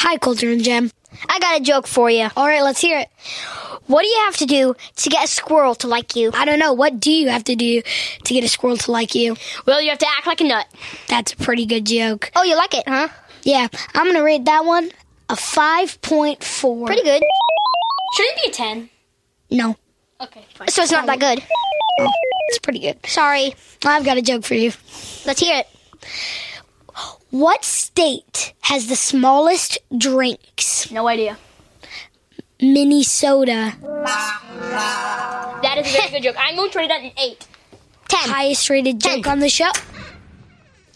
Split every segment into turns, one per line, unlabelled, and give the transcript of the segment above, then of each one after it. Hi, Coulter and Jem. I got a joke for you. All right, let's hear it. What do you have to do to get a squirrel to like you? I don't know. What do you have to do to get a squirrel to like you?
Well, you have to act like a nut.
That's a pretty good joke.
Oh, you like it, huh?
Yeah, I'm going to rate that one a 5.4.
Pretty good. Shouldn't be a 10.
No, Oh,
Okay, fine.
So it's not that good.
it's pretty good.
Sorry.
I've got a joke for you.
Let's hear it.
What state has the smallest drinks?
No idea.
Minnesota.
That is a very good joke. I'm going to rate that an 8.
Ten.
Highest rated joke on the show.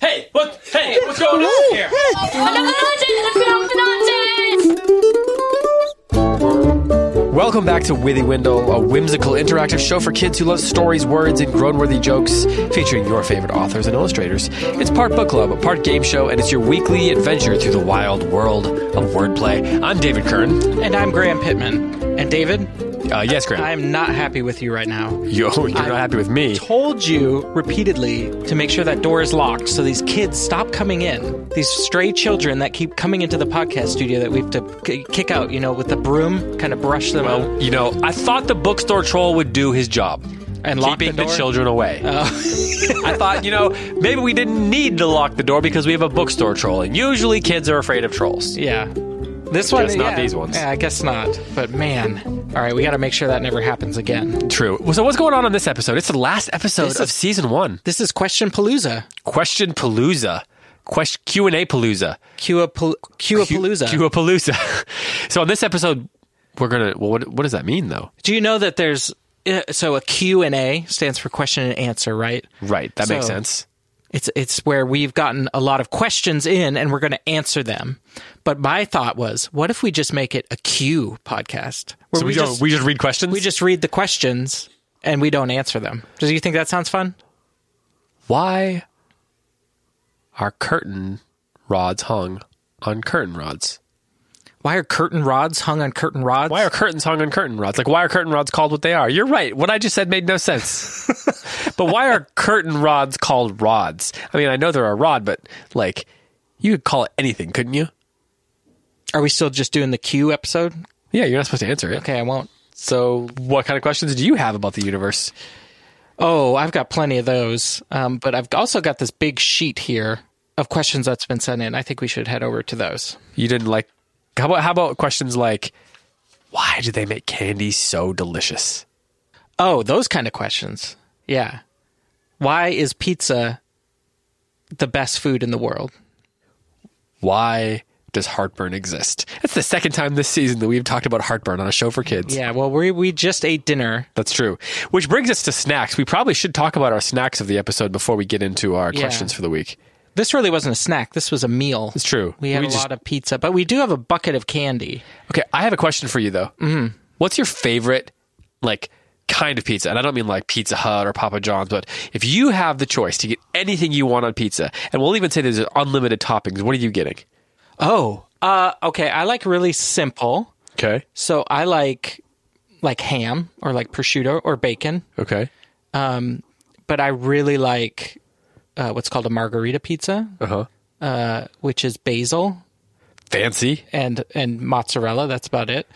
Hey, what? Hey, what's going on here?
Enough of the nonsense! Let's get on with the nonsense!
Welcome back to Withy Window, a whimsical interactive show for kids who love stories, words, and grown worthy jokes featuring your favorite authors and illustrators. It's part book club, part game show, and it's your weekly adventure through the wild world of wordplay. I'm David Kern.
And I'm Graham Pittman. And David,
Uh, yes, Graham.
I am not happy with you right now.
Yo, you're not happy with me.
Told you repeatedly to make sure that door is locked so these kids stop coming in. These stray children that keep coming into the podcast studio that we have to k- kick out, you know, with the broom, kind of brush them out
You know, I thought the bookstore troll would do his job,
and lock
keeping
the
the,
door. Oh.
children away. I thought, you know, maybe we didn't need to lock the door because we have a bookstore troll, and usually kids are afraid of trolls.
Yeah. This one,
Just not
yeah.
these ones.
Yeah, I guess not. But man, all right, we got to make sure that never happens again.
True. So, what's going on on this episode? It's the last episode
This
of
is-
season one.
This is Question Palooza.
Question Palooza. Question Q and A Palooza.
Q Palooza.
Q a Palooza. so on this episode, we're gonna. Well, what, what does that mean though?
Do you know that there's uh, so a Q and A stands for question and answer, right?
Right. That makes
So-
sense.
It's it's where we've gotten a lot of questions in and we're going to answer them. But my thought was, what if we just make it a Q podcast where
So we,
we,
don't-
just,
we just read questions.
we just read the questions and we don't answer them? Do you think that sounds fun?
why are curtain rods hung on curtain rods?
Why are curtain rods hung on curtain rods?
Why are curtains hung on curtain rods? Like, why are curtain rods called what they are? You're right. What I just said made no sense. but why are curtain rods called rods? I mean, I know they're a rod, but like, you could call it anything, couldn't you?
are we still just doing the Q episode?
Yeah, you're not supposed to answer it.
Okay, I won't.
So, what kind of questions do you have about the universe?
Oh, I've got plenty of those. Um, but I've also got this big sheet here of questions that's been sent in. I think we should head over to those.
You didn't like. How about how about questions like, why do they make candy so delicious?
Oh, those kind of questions. Yeah. Why is pizza the best food in the world?
Why does heartburn exist? That's the second time this season that we've talked about heartburn on a show for kids.
Yeah, well, we we just ate dinner.
That's true. Which brings us to snacks. We probably should talk about our snacks of the episode before we get into our
Yeah.
questions for the week.
This really wasn't a snack. This was a meal.
It's true.
We had
We
a
just-
lot of pizza, but we do have a bucket of candy.
Okay, I have a question for you though. Mm-hmm. What's your favorite like kind of pizza? And I don't mean like Pizza Hut or Papa John's, but if you have the choice to get anything you want on pizza, and we'll even say there's unlimited toppings, what are you getting?
Oh, uh, okay. I like really simple.
Okay.
So I like like ham or like prosciutto or bacon,
Okay.
but I really like uh, what's called a margarita pizza,
Uh-huh.
which is basil
Fancy.
and and mozzarella. That's about it.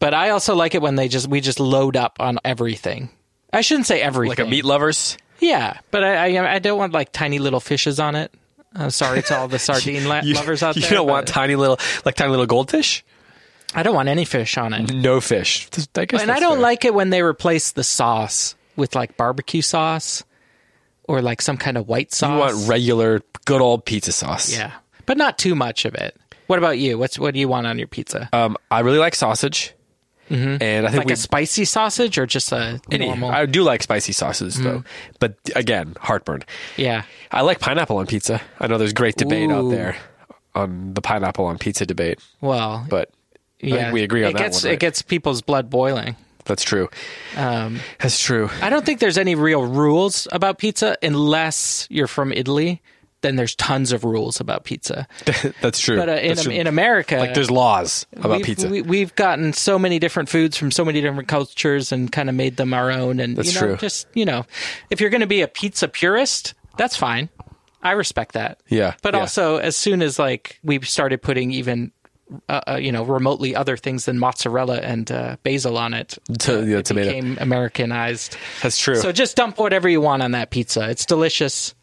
But I also like it when they just we just load up on everything. I shouldn't say everything.
Like a meat lovers.
Yeah, but I I, I don't want like tiny little fishes on it. I'm sorry to all the sardine la-
You-
lovers out
you
there.
don't
but
want tiny little like tiny little goldfish?
I don't want any fish on it.
No fish. I guess
And I
that's
don't
fair.
like it when they replace the sauce with like barbecue sauce or like some kind of white
you
sauce.
want regular good old pizza sauce.
yeah, but not too much of it. What about you? What's what do you want on your pizza?
Um, I really like sausage, and I think
Mm-hmm. like
we
a spicy sausage or just a normal? Mm.
I do like spicy sauces though, but again, heartburn.
yeah.
I like pineapple on pizza. I know there's great debate out
Ooh.
there on the pineapple on pizza debate,
Well,
but I think we agree on
it
that
gets,
one. right?
It gets people's blood boiling.
That's true.
Um,
That's true.
I don't think there's any real rules about pizza unless you're from Italy. Then there's tons of rules about pizza.
That's true.
But uh, in,
That's true.
in America,
like there's laws about
we've,
pizza.
We, we've gotten so many different foods from so many different cultures and kind of made them our own. And
That's
you know,
true.
just you know, if you're going to be a pizza purist, that's fine. I respect that.
Yeah,
But
yeah.
also, as soon as like we started putting even uh, uh, you know, remotely other things than mozzarella and uh, basil on it. uh,
To- yeah,
it
tomato.
became Americanized.
That's true.
So just dump whatever you want on that pizza. It's delicious.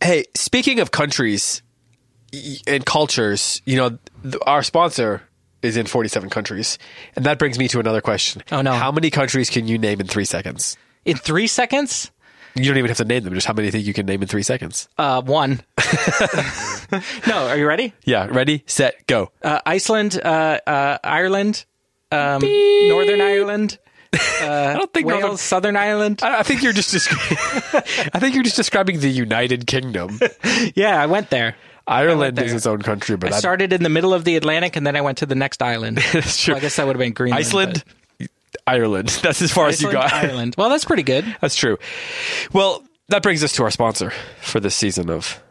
Hey, speaking of countries y- and cultures, you know, th- our sponsor is in 47 countries. And that brings me to another question.
Oh, no.
How many countries can you name in three seconds?
In three seconds,
You don't even have to name them, just how many you think you can name in three seconds.
uh, one. no, are you ready?
yeah, ready, set, go.
Uh, Iceland, uh, uh, Ireland, um, Northern Ireland,
I don't think
Wales,
Northern-
Southern Ireland.
I I think you're just descri- I think you're just describing the United Kingdom.
yeah, I went there.
Ireland
there.
is its own country, but
I
I'm-
started in the middle of the Atlantic, and then I went to the next island.
That's true.
Well, I guess that would have been Greenland.
Iceland, Ireland. That's as far
but-
as you
Iceland,
got.
Ireland. Well, that's pretty good.
That's true. Well, that brings us to our sponsor for this season of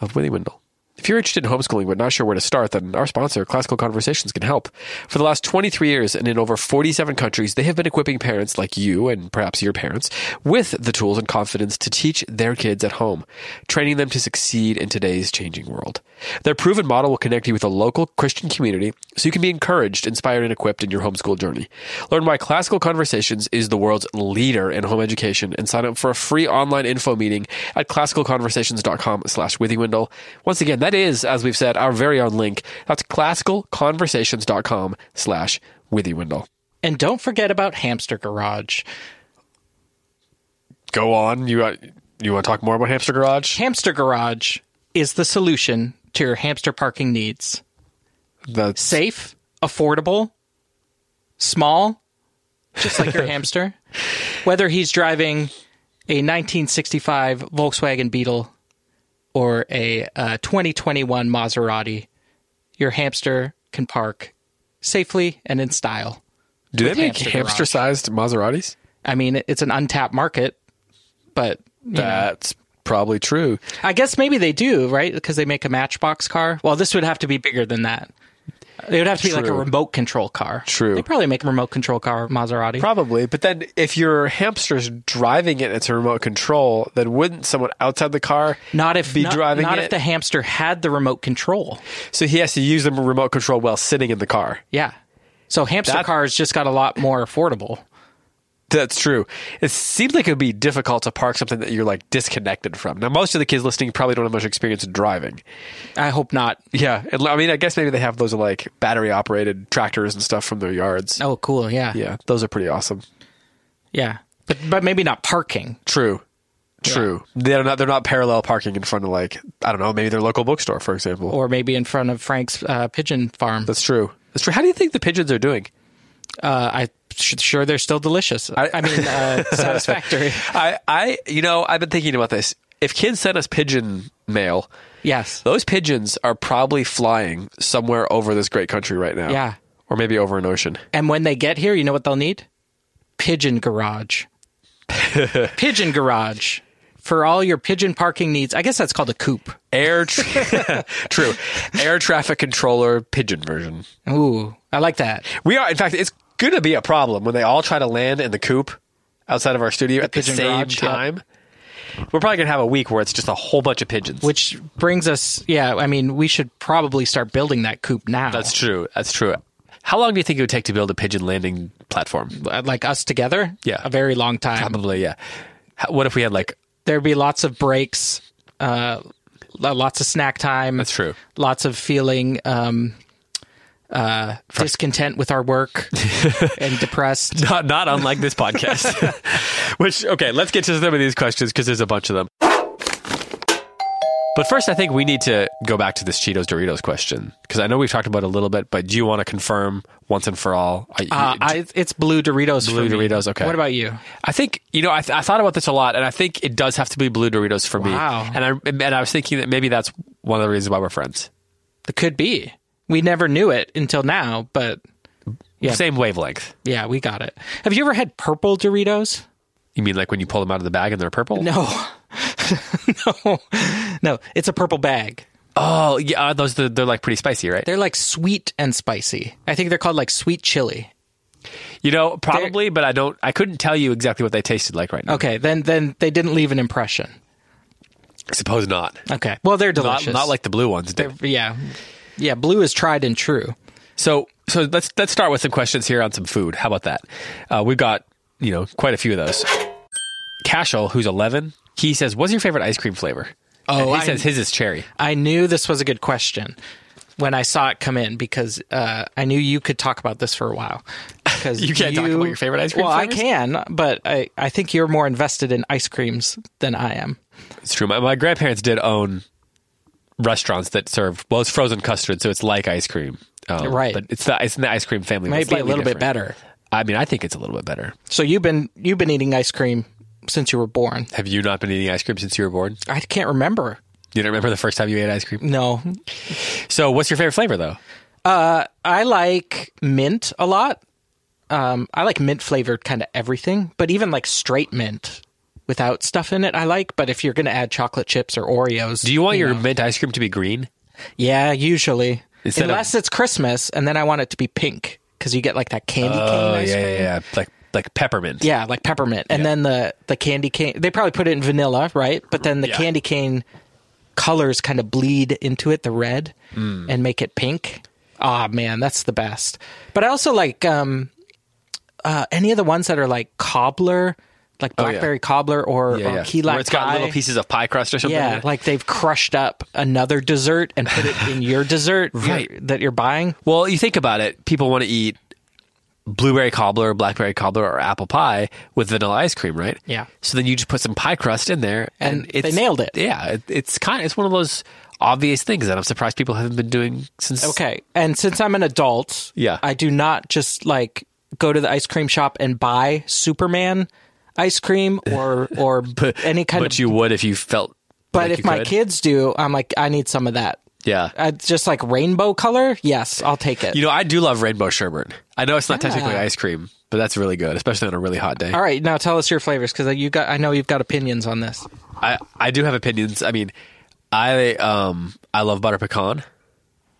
of Willy Windle. If you're interested in homeschooling but not sure where to start, then our sponsor, Classical Conversations, can help. For the last 23 years and in over 47 countries, they have been equipping parents like you and perhaps your parents with the tools and confidence to teach their kids at home, training them to succeed in today's changing world. Their proven model will connect you with a local Christian community so you can be encouraged, inspired, and equipped in your homeschool journey. Learn why Classical Conversations is the world's leader in home education and sign up for a free online info meeting at classicalconversations.com slash withywindle. Once again, that is, as we've said, our very own link. That's classicalconversations.com slash withywindle.
And don't forget about Hamster Garage.
Go on. You, uh, you want to talk more about Hamster Garage?
Hamster Garage is the solution to your hamster parking needs.
That's
Safe, affordable, small, just like your hamster. Whether he's driving a 1965 Volkswagen Beetle or a uh, 2021 Maserati, your hamster can park safely and in style.
Do they make
Hamster Garage.
hamster-sized Maseratis?
I mean, it's an untapped market, but you know.
That's probably true.
I guess maybe they do, right? Because they make a Matchbox car. Well, this would have to be bigger than that. It would have to be like a
True.
remote control car.
True.
They probably make a remote control car Maserati.
Probably, but then if your hamster's driving it, and it's a remote control. Then wouldn't someone outside the car
not if
be
not,
driving
Not
it?
if the hamster had the remote control.
so he has to use the remote control while sitting in the car.
Yeah. So hamster
That-
cars just got a lot more affordable.
That's true. It seems like it would be difficult to park something that you're like disconnected from. Now, most of the kids listening probably don't have much experience in driving.
I hope not.
Yeah, and, I mean, I guess maybe they have those like battery operated tractors and stuff from their yards.
Oh, cool. Yeah.
Yeah, those are pretty awesome.
Yeah. But but maybe not parking.
True. True. They're not they're not parallel parking in front of like I don't know, maybe their local bookstore, for example.
Or maybe in front of Frank's uh, pigeon farm.
That's true. That's true. How do you think the pigeons are doing?
Uh, I sh- sure they're still delicious. I, mean uh, satisfactory.
I, I, you know, I've been thinking about this. If kids send us pigeon mail,
Yes.
those pigeons are probably flying somewhere over this great country right now.
Yeah.
Or maybe over an ocean.
And when they get here, you know what they'll need? Pigeon garage. pigeon garage for all your pigeon parking needs. I guess that's called a coop.
Air, tra- true. Air traffic controller pigeon version.
Ooh, I like that.
We are, in fact, it's going to be a problem when they all try to land in the coop outside of our studio at the
pigeon
same
garage, yeah.
time. We're probably going to have a week where it's just a whole bunch of pigeons.
Which brings us, yeah, I mean, we should probably start building that coop now.
That's true. That's true. How long do you think it would take to build a pigeon landing platform?
like us together.
Yeah.
A very long time.
Probably, yeah. How- What if we had like
There'd be lots of breaks, uh, lo- lots of snack time.
That's true.
Lots of feeling um, uh, discontent with our work and depressed.
not, not unlike this podcast? Which okay, let's get to some of these questions because there's a bunch of them. But first, I think we need to go back to this Cheetos Doritos question because I know we've talked about it a little bit, but do you want to confirm once and for all? I,
Uh, I, it's blue Doritos.
Blue
for me.
Doritos, okay.
What about you?
I think you know I, th- I thought about this a lot, and I think it does have to be blue Doritos for
Wow.
me. And I and I was thinking that maybe that's one of the reasons why we're friends.
It could be. We never knew it until now, but Yeah.
Same wavelength.
yeah, we got it. Have you ever had purple Doritos?
You mean like when you pull them out of the bag and they're purple?
No, no, no. It's a purple bag.
Oh yeah, uh, those they're, they're like pretty spicy, right?
They're like sweet and spicy. I think they're called like sweet chili.
You know, probably, but I don't. I couldn't tell you exactly what they tasted like right now.
Okay, then then they didn't leave an impression.
Suppose not.
Okay, well they're
Not,
delicious.
not like the blue ones. did.
yeah, yeah. Blue is tried and true.
So so let's let's start with some questions here on some food. How about that? Uh, we've got you know quite a few of those. Cashel, who's eleven, he says, "What's your favorite ice cream flavor?"
Oh,
And he
I-
says his is cherry.
I knew this was a good question when I saw it come in because uh, I knew you could talk about this for a while. Because
You can't talk about your favorite ice cream
Well,
flavors?
I can, but I, I think you're more invested in ice creams than I am.
It's true. My, my grandparents did own restaurants that served well, it's frozen custard, so it's like ice cream. Um,
Right.
but it's the it's in the ice cream family. but
Might be a
slightly
little bit
different.
better.
I mean, I think it's a little bit better.
So you've been you've been eating ice cream since you were born.
Have you not been eating ice cream since you were born?
I can't remember.
You don't remember the first time you ate ice cream?
No,
So, what's your favorite flavor though?
I like mint a lot. Um, I like mint flavored kind of everything, but even like straight mint without stuff in it, I like. But if you're going to add chocolate chips or Oreos,
Do you want your mint ice cream to be green?
Yeah, usually.
Instead of-
Unless it's Christmas, and then I want it to be pink because you get like that candy
Oh,
cane. ice cream.
like like peppermint.
Yeah, like peppermint, and then the the candy cane. They probably put it in vanilla, right? But then the
Yeah.
candy cane colors kind of bleed into it, the red,
Hmm.
and make it pink. Ah, man, that's the best. But I also like um, uh, any of the ones that are like cobbler, like
Oh, yeah.
blackberry cobbler or,
Yeah,
or
yeah.
key lime
Where it's got little
pie.
pieces of pie crust or something.
Yeah, like they've crushed up another dessert and put it in your dessert
Right.
you're- that you're buying.
well, you think about it. People want to eat blueberry cobbler, blackberry cobbler, or apple pie with vanilla ice cream, right?
Yeah.
So then you just put some pie crust in there, and,
And they
it's,
nailed it.
Yeah, it, it's kind. Of, it's one of those obvious things that I'm surprised people haven't been doing since.
Okay, and since I'm an adult,
Yeah.
I do not just like go to the ice cream shop and buy Superman ice cream or or any kind
but
of.
you would if you felt.
but
like
if
you
my
could.
kids do, I'm like, I need some of that.
yeah.
I, just like rainbow color, yes, I'll take it.
you know, I do love rainbow sherbet. I know it's not technically
Yeah.
ice cream, but that's really good, especially on a really hot day.
All right, now tell us your flavors because you got. I know you've got opinions on this.
I, I do have opinions. I mean, I um I love butter pecan.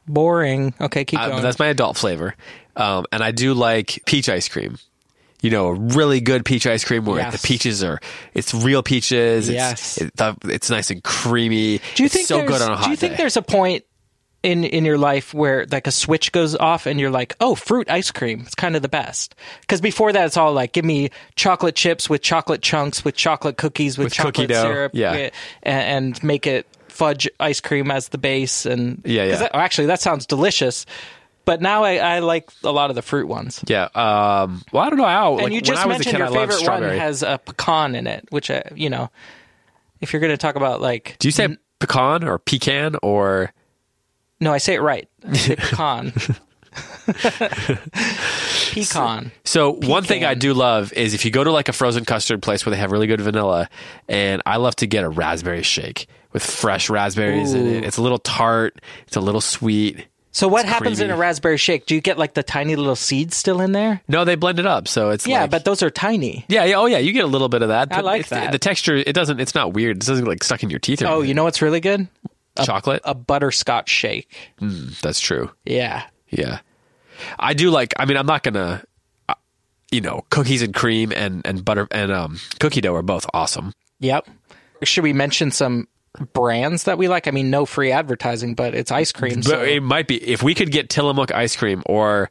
Boring. Okay, keep
I,
going.
but Uh, that's my adult flavor, um, and I do like peach ice cream. You know, a really good peach ice cream where
Yes.
the peaches are it's real peaches.
Yes.
It's, it, the- it's nice and creamy.
Do you
it's
think
so
there's-
good on a hot
Do you think
day.
there's a point in in your life where like a switch goes off and you're like, oh, fruit ice cream, it's kind of the best. Because before that, it's all like, give me chocolate chips with chocolate chunks, with chocolate cookies, with,
With cookie
chocolate
dough,
syrup,
yeah.
wi- and, and make it fudge ice cream as the base. And
Yeah,
'cause
yeah.
That, oh, actually, that sounds delicious. But now I, I like a lot of the fruit ones.
yeah. Um, well, I don't know how.
And
like,
you
when
just
I was a
mentioned
kid,
your
I loved
favorite one
strawberry.
has a pecan in it, which uh, you know, if you're going to talk about like
do you say pecan or pecan or
No, I say it right. I say pecan. pecan.
So one thing I do love is if you go to like a frozen custard place where they have really good vanilla, and I love to get a raspberry shake with fresh raspberries in it. It's a little tart, it's a little sweet.
So what happens in
creamy.
a raspberry shake? Do you get like the tiny little seeds still in there?
No, they blend it up, so it's
Yeah,
like-
but those are tiny.
yeah, yeah, oh yeah, you get a little bit of that.
I
but
like
it's- The,
that.
texture, it doesn't. It's not weird. It doesn't like stuck in your teeth or
Oh, Uh,
anything.
you know what's really good?
chocolate.
A butterscotch shake.
That's true.
Yeah.
Yeah, I do like. I mean, I'm not gonna. uh, You know, cookies and cream and and butter and um cookie dough are both awesome.
Yep. Should we mention some brands that we like? I mean, no free advertising, but it's ice cream.
But
So
it might be if we could get Tillamook ice cream or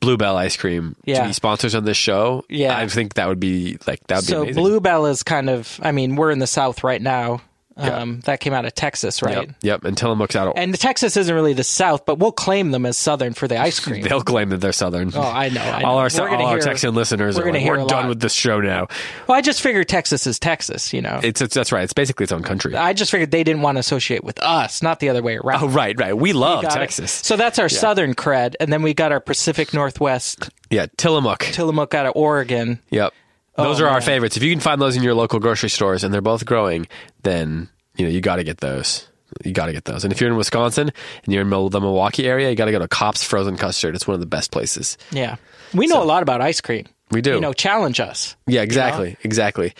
Bluebell ice cream
Yeah.
to be sponsors on this show.
Yeah.
I think that would be like that would
so
be amazing.
Bluebell is kind of. I mean, we're in the South right now. Um, That came out of Texas, right?
Yep, yep. And Tillamook's out. Of,
And Texas isn't really the South, but we'll claim them as Southern for the ice cream.
they'll claim that they're southern.
Oh, I know. I know.
all our
We're gonna
all our
hear-
Texan listeners
we're
are
gonna
like,
hear
we're
a
done
lot."
with this show now.
Well, I just figured Texas is Texas, you know.
It's, it's that's right. It's basically its own country.
I just figured they didn't want to associate with us, not the other way around.
oh, right, right. We love
Got it.
Texas.
So that's our Southern cred, and then we got our Pacific Northwest
yeah, Tillamook.
Tillamook out of Oregon.
yep. Those are our
Oh, man.
favorites. If you can find those in your local grocery stores and they're both growing, then you know you got to get those. You got to get those. And if you're in Wisconsin and you're in Mil- the Milwaukee area, you got to go to Cops Frozen Custard. It's one of the best places.
Yeah, we know a lot about ice cream.
We do.
You know, challenge us.
Yeah, exactly, exactly.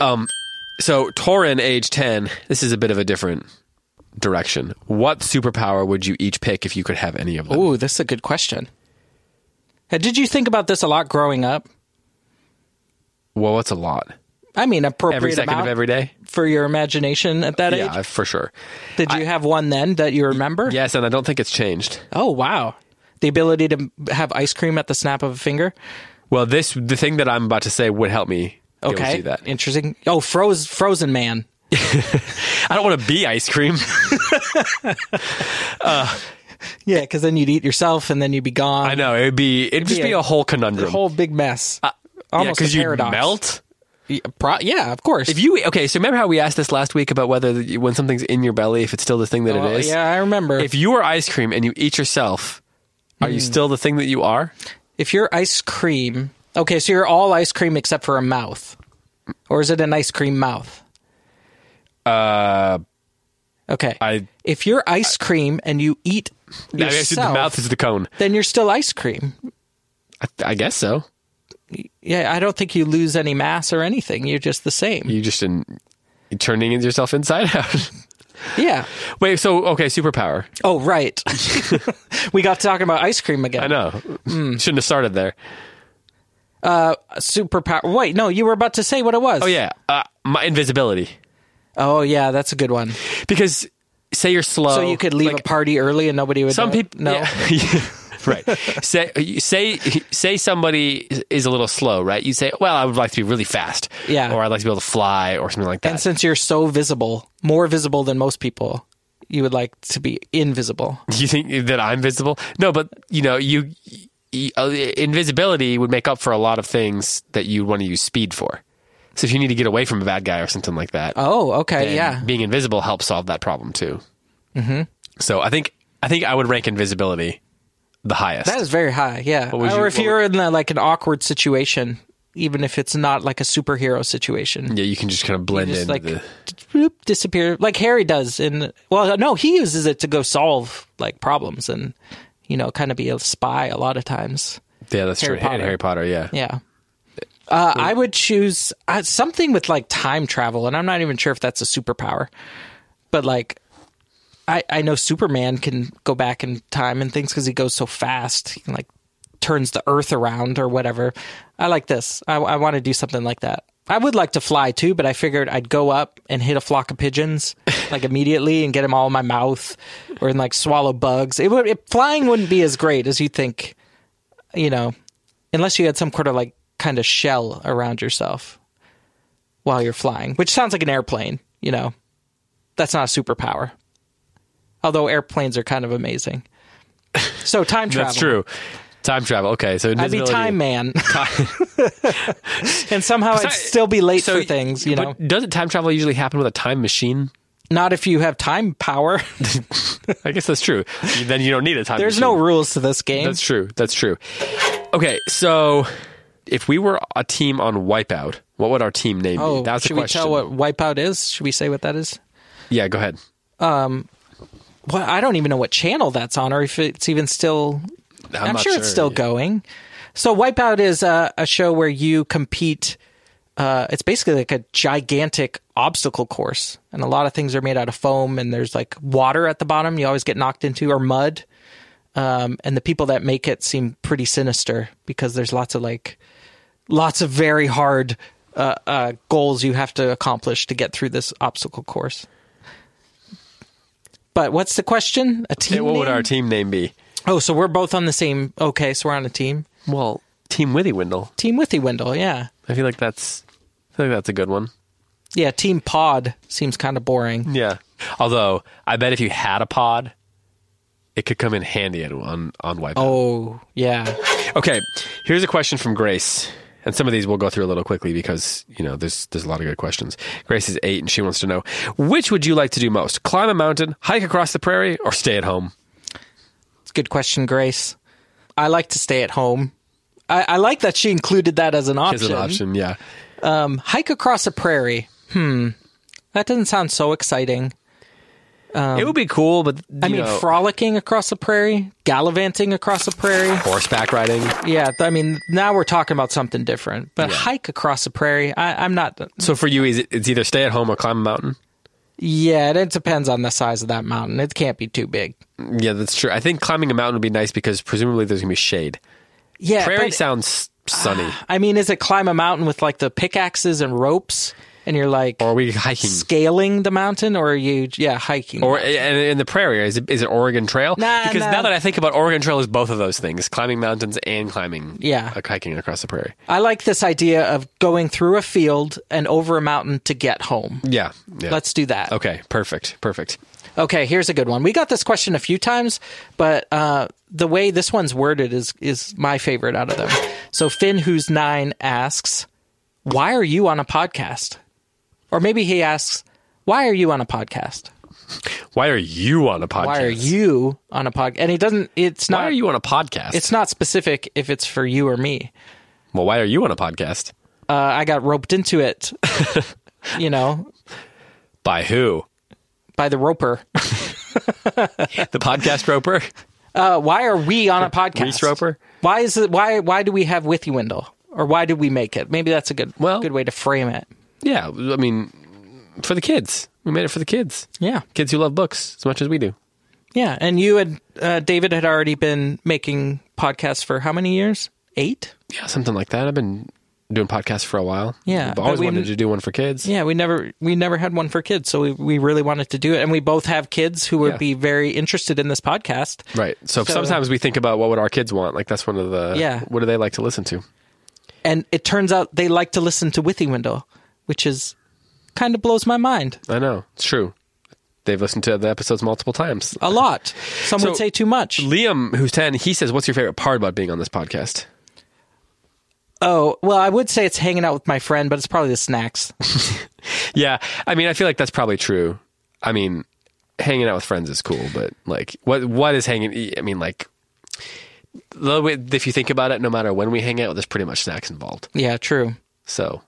Um, so Torin, age ten. This is a bit of a different direction. What superpower would you each pick if you could have any of them?
Ooh, this is a good question. Uh, Did you think about this a lot growing up?
Well, what's a lot?
I mean, appropriate
Every second
amount
of every day.
for your imagination at that
Yeah,
age.
for sure.
Did you have one then that you remember?
Yes, and I don't think it's changed.
Oh wow, the ability to have ice cream at the snap of a finger.
Well, this the thing that I'm about to say would help me. be able to
Okay,
do that.
interesting. Oh, froze, Frozen Man.
I don't want to be ice cream.
Yeah, because then you'd eat yourself, and then you'd be gone.
I know Uh, it would be. It'd just
be
be
a-
a whole conundrum.
whole big mess. Almost
because
a
you
paradox.
melt.
Yeah, Pro- yeah, of course.
If you okay, so remember how we asked this last week about whether the- when something's in your belly, if it's still the thing that
Oh,
it is.
yeah, I remember.
If you are ice cream and you eat yourself, are you
Hmm.
still the thing that you are?
If you're ice cream, okay, so you're all ice cream except for a mouth, or is it an ice cream mouth? Uh, okay.
I-
if you're ice cream and you eat
I guess the
yourself,
mouth is the cone.
then you're still ice cream.
I, I guess so.
Yeah, I don't think you lose any mass or anything. You're just the same.
You just in turning yourself inside out.
Yeah.
Wait, so okay, superpower.
Oh, right. we got to talking about ice cream
I
again.
know.
Hmm.
Shouldn't have started there.
Superpower. Wait, no, you were about to say what it was.
Oh yeah, uh, my invisibility.
Oh yeah, that's a good one.
Because say you're slow,
So you could leave
Oh, like,
a party early and nobody would.
Some
know.
people,
no.
yeah. right. Say say say somebody is a little slow, right? You say, "Well, I would like to be really fast,"
Yeah.
or "I'd like to be able to fly," or something like that.
And since you're so visible, more visible than most people, you would like to be invisible.
you think that I'm visible? No, but you know, you, you uh, invisibility would make up for a lot of things that you want to use speed for. So if you need to get away from a bad guy or something like that,
Oh, okay,
then
yeah.
being invisible helps solve that problem too. Mm-hmm. So I think I think I would rank invisibility the highest.
That is very high, yeah.
would
Or
you-
if
what
you're in uh, like an awkward situation, even if it's not like a superhero situation,
yeah, you can just kind of blend
just
in.
like
the,
bloop, disappear, like Harry does. In well, no, he uses it to go solve like problems and you know, kind of be a spy a lot of times.
yeah, that's
Harry
true. And
Potter.
Harry Potter, yeah.
Yeah. Uh, I would choose uh, something with like time travel, and I'm not even sure if that's a superpower. But like, I I know Superman can go back in time and things because he goes so fast, he can, like turns the Earth around or whatever. I like this. I, I want to do something like that. I would like to fly too, but I figured I'd go up and hit a flock of pigeons like immediately and get them all in my mouth, or and like swallow bugs. It would it, flying wouldn't be as great as you think you know, unless you had some sort of like kind of shell around yourself while you're flying, which sounds like an airplane, you know. That's not a superpower. Although airplanes are kind of amazing. So time travel.
That's true. Time travel. Okay, so
I'd be
invisibility.
time man. and somehow I'd still be late
So-
for things, you know.
but Doesn't time travel usually happen with a time machine?
Not if you have time power.
I guess that's true. then you don't need a time
There's
machine.
no rules to this game.
That's true. That's true. Okay, so if we were a team on Wipeout, what would our team name
oh,
be? That's
should
a question.
we tell what wipeout is? Should we say what that is?
yeah, go ahead.
Well, I don't even know what channel that's on or if it's even still
I'm,
I'm,
not
sure, it's still going. So Wipeout is uh, a, a show where you compete. Uh, it's basically like a gigantic obstacle course, and a lot of things are made out of foam, and there's like water at the bottom. You always get knocked into or mud. Um, and the people that make it seem pretty sinister because there's lots of like lots of very hard uh, uh, goals you have to accomplish to get through this obstacle course. But what's the question? A team?
Yeah, what would
name?
our team name be?
Oh, so we're both on the same. Okay, so we're on a team.
Well, Team Witty Windle.
Team Withy Wendell, yeah.
I feel like that's I feel like that's a good one.
Yeah, Team Pod seems kind of boring.
Yeah. Although I bet if you had a pod, it could come in handy at- on on Wipeout.
Oh, yeah.
Okay, here's a question from Grace. And some of these we'll go through a little quickly because, you know, there's there's a lot of good questions. Grace is 8 and she wants to know, which would you like to do most? Climb a mountain, hike across the prairie, or stay at home?
It's a good question, Grace. I like to stay at home. I, I like that she included that as an option.
Is an option, yeah.
Hike across a prairie. Hmm. That doesn't sound so exciting.
it would be cool, but
Um, I mean, frolicking across a prairie, gallivanting across a prairie.
horseback riding.
Yeah, th- I mean, now we're talking about something different. But hike across a prairie, I, I'm not.
So for you is it, it's either stay at home or climb a mountain?
Yeah, it depends on the size of that mountain. It can't be too big.
Yeah, that's true. I think climbing a mountain would be nice because presumably there's going to be shade.
Yeah,
Prairie
but- uh,
sounds sunny.
I mean, is it climb a mountain with like the pickaxes and ropes? and you're like
Or are we hiking?
scaling the mountain or are you yeah hiking
Or and in the prairie is it, is it Oregon Trail?
Nah,
because
nah.
now that I think about Oregon Trail is both of those things: climbing mountains and climbing,
Yeah.
uh, hiking across the prairie.
I like this idea of going through a field and over a mountain to get home.
Yeah, yeah.
Let's do that.
Okay, perfect, perfect.
Okay, here's a good one. We got this question a few times, but uh, the way this one's worded is is my favorite out of them. So Finn, who's nine, asks, "Why are you on a podcast?" Or maybe he asks, "Why are you on a podcast?
Why are you on a podcast?
Why are you on a podcast?" And he doesn't. It's not.
Why are you on a podcast?
It's not specific if it's for you or me.
well, why are you on a podcast?
Uh, I got roped into it. you know,
By who?
by the roper.
The podcast roper,
Uh, why are we on a podcast?
Reese Roper.
Why is it? Why why do we have Withy Windle? Or why did we make it? Maybe that's a good
Well-
good way to frame it.
Yeah, I mean, for the kids, we made it for the kids.
Yeah,
Kids who love books as much as we do.
yeah. And you and uh, David had already been making podcasts for how many years? Eight.
Yeah, something like that. I've been doing podcasts for a while.
Yeah,
I've always
but we-
wanted to do one for kids.
Yeah, we never we never had one for kids, so we we really wanted to do it, and we both have kids who would
Yeah.
be very interested in this podcast.
Right. So,
So-
sometimes we think about what would our kids want. Like that's one of the
Yeah.
What do they like to listen to?
And it turns out they like to listen to Withy Windle, which is kind of blows my mind
I know it's true. They've listened to the episodes multiple times.
a lot. Some
So-
would say too much.
Liam, who's ten, he says, "What's your favorite part about being on this podcast?"
Oh, well, I would say it's hanging out with my friend, but it's probably the snacks.
Yeah, I mean, I feel like that's probably true. I mean, hanging out with friends is cool, but like, what what is hanging? I mean, like, the way, if you think about it, no matter when we hang out, there's pretty much snacks involved.
yeah, true.
So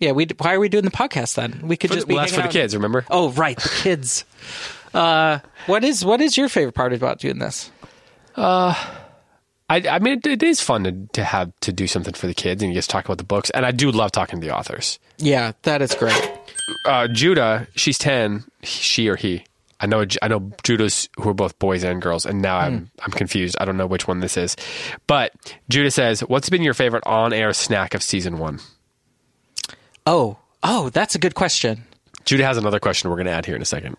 Yeah, we. Why are we doing the podcast then? We could
for,
just
the-
be
well, that's for the
hanging out-
kids. Remember?
Oh, right, the kids. uh, what is what is your favorite part about doing this?
I, I mean, it, it is fun to, to have to do something for the kids and you just talk about the books. And I do love talking to the authors.
Yeah, that is great.
Uh, Judah, she's ten. She or he? I know. I know Judah's who are both boys and girls. And now
Hmm.
I'm I'm confused. I don't know which one this is. But Judah says, "What's been your favorite on-air snack of season one?"
Oh, oh, that's a good question.
Judah has another question we're going to add here in a second.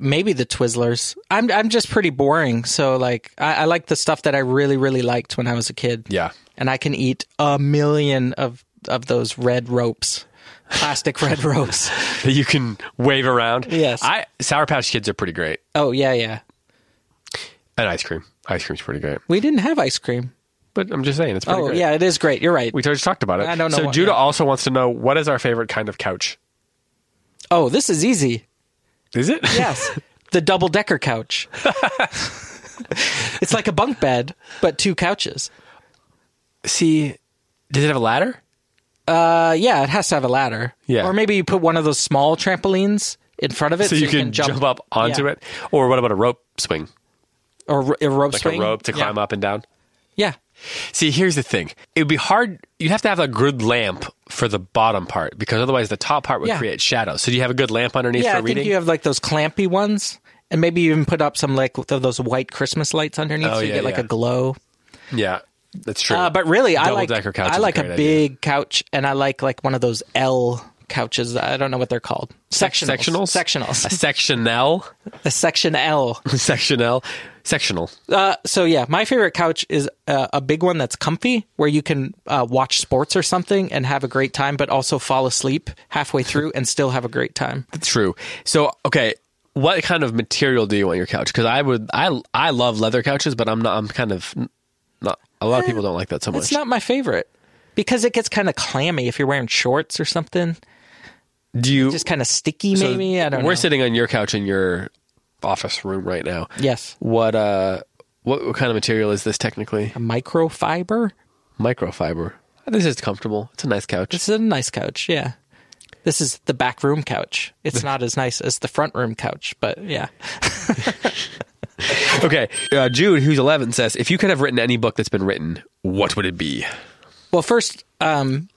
Maybe the Twizzlers. I'm I'm just pretty boring, so like I, I like the stuff that I really really liked when I was a kid.
Yeah.
and I can eat a million of of those red ropes, plastic red ropes.
That you can wave around.
Yes.
I Sour Patch Kids are pretty great,
Oh yeah, yeah.
and ice cream. Ice cream's pretty great.
We didn't have ice cream.
But I'm just saying, it's pretty
Oh,
great.
yeah, it is great. You're right.
We just talked about it.
I don't know
So
what-
Judah
yeah.
also wants to know what is our favorite kind of couch.
oh, this is easy.
Is it?
Yes. the double decker couch. it's like a bunk bed, but two couches.
See, does it have a ladder?
Uh, yeah, it has to have a ladder.
Yeah.
Or maybe you put one of those small trampolines in front of it
So, you, can, jump, up onto
Yeah.
it? Or what about a rope swing?
Or ro- a rope
Like
swing.
a rope to
Yeah.
climb up and down?
Yeah.
See, here's the thing. It would be hard. You'd have to have a good lamp for the bottom part because otherwise the top part would
Yeah.
create shadows. So do you have a good lamp underneath
Yeah,
for
I
reading?
think you have like those clampy ones. And maybe you even put up some like th- those white Christmas lights underneath
Oh,
so you
yeah,
get like
yeah.
a glow.
yeah, that's true.
Uh, but really, I
Double
like
decker couch
I
is a
like a,
great idea.
big couch, and I like like one of those L couches. I don't know what they're called. Sectionals.
sectionals? A
Sectionals.
sectional.
A section L.
sectional. Sectional.
Uh, so yeah, my favorite couch is uh, a big one that's comfy, where you can uh, watch sports or something and have a great time, but also fall asleep halfway through and still have a great time.
True. So, okay, what kind of material do you want your couch? Because I would, I, I love leather couches, but I'm not. I'm kind of not. A lot of people don't like that so much.
It's not my favorite because it gets kind of clammy if you're wearing shorts or something.
do you?
Just kind of sticky,
so
maybe. I don't
We're
know.
sitting on your couch in your office room right now.
yes,
What uh, what, what kind of material is this technically?
microfiber.
Microfiber. This is comfortable. It's a nice couch.
This is a nice couch. Yeah. This is the back room couch. It's not as nice as the front room couch, but yeah.
okay, uh, Jude, who's 11, says, if you could have written any book that's been written, what would it be?
Well, first, um,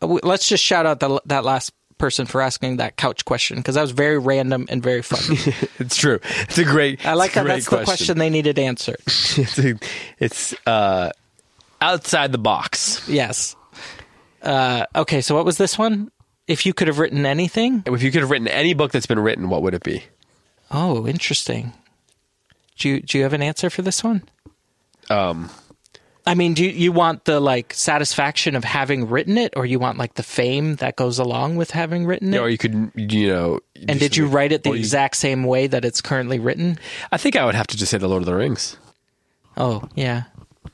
w- let's just shout out the, that last person for asking that couch question because that was very random and very fun.
It's true. It's a great.
I like
it's a
that.
great
That's the question they needed answered.
it's a, it's uh, outside the box.
yes. Uh, okay, so what was this one? If you could have written anything?
If you could have written any book that's been written, what would it be?
Oh, interesting. Do you, do you have an answer for this one?
Um,
I mean, do you, you want the like satisfaction of having written it, or you want like the fame that goes along with having written it?
or you could, you know.
and did you write it the
or you-
exact same way that it's currently written?
I think I would have to just say The Lord of the Rings.
Oh, yeah.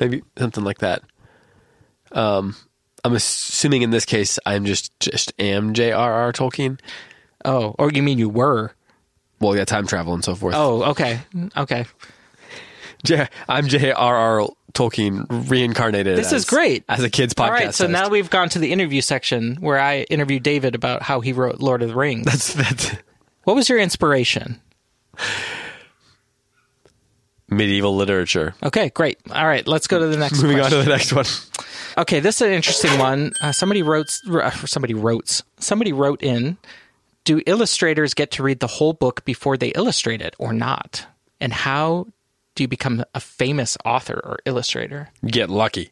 maybe something like that. Um, I'm assuming in this case, I'm just just am J.R.R. Tolkien.
Oh, or you mean you were?
Well, yeah, time travel and so forth.
Oh, okay, okay.
J- I'm J.R.R. Tolkien reincarnated.
This
as-
is great.
as a kids podcast.
All right, so
host.
now we've gone to the interview section where I interviewed David about how he wrote Lord of the Rings.
that's that
what was your inspiration?
medieval literature.
Okay, great. All right, let's go to the next.
Moving on
question.
to the next one.
Okay, this is an interesting one. Uh, somebody wrote. Uh, somebody wrote. Somebody wrote in. Do illustrators get to read the whole book before they illustrate it, or not? And how do you become a famous author or illustrator?
Get lucky.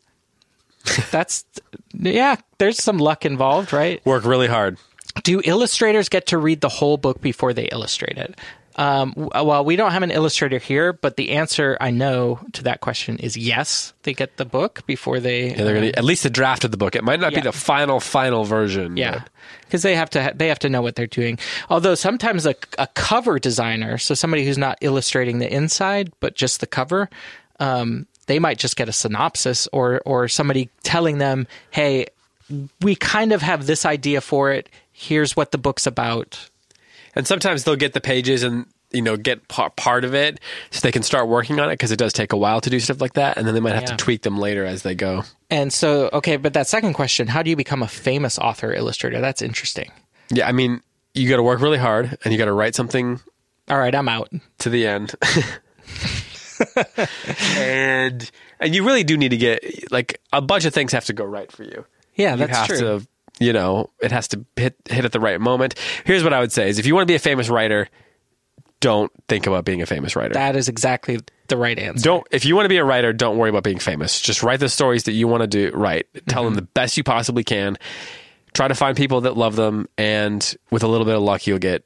That's yeah. There's some luck involved, right?
Work really hard.
do illustrators get to read the whole book before they illustrate it? Um, w- well, we don't have an illustrator here, but the answer I know to that question is yes. They get the book before they.
Yeah, they're gonna at least a draft of the book. It might not
Um, Yeah.
be the final final version.
Yeah, because they have to ha- they have to know what they're doing. Although sometimes a, a cover designer, so somebody who's not illustrating the inside but just the cover, um, they might just get a synopsis or or somebody telling them, "Hey, we kind of have this idea for it. Here's what the book's about."
And sometimes they'll get the pages and you know get par- part of it so they can start working on it because it does take a while to do stuff like that, and then they might have to
Yeah.
tweak them later as they go.
And so, okay, but that second question, how do you become a famous author illustrator? That's interesting.
Yeah, I mean, you got to work really hard and you got to write something
All right, I'm out.
to the end. and and you really do need to get like a bunch of things have to go right for you.
Yeah,
you
that's
have
true.
to you know it has to hit hit at the right moment here's what i would say is if you want to be a famous writer don't think about being a famous writer
That is exactly the right answer.
don't if you want to be a writer don't worry about being famous just write the stories that you want to do right tell them
Mm-hmm.
the best you possibly can try to find people that love them and with a little bit of luck you'll get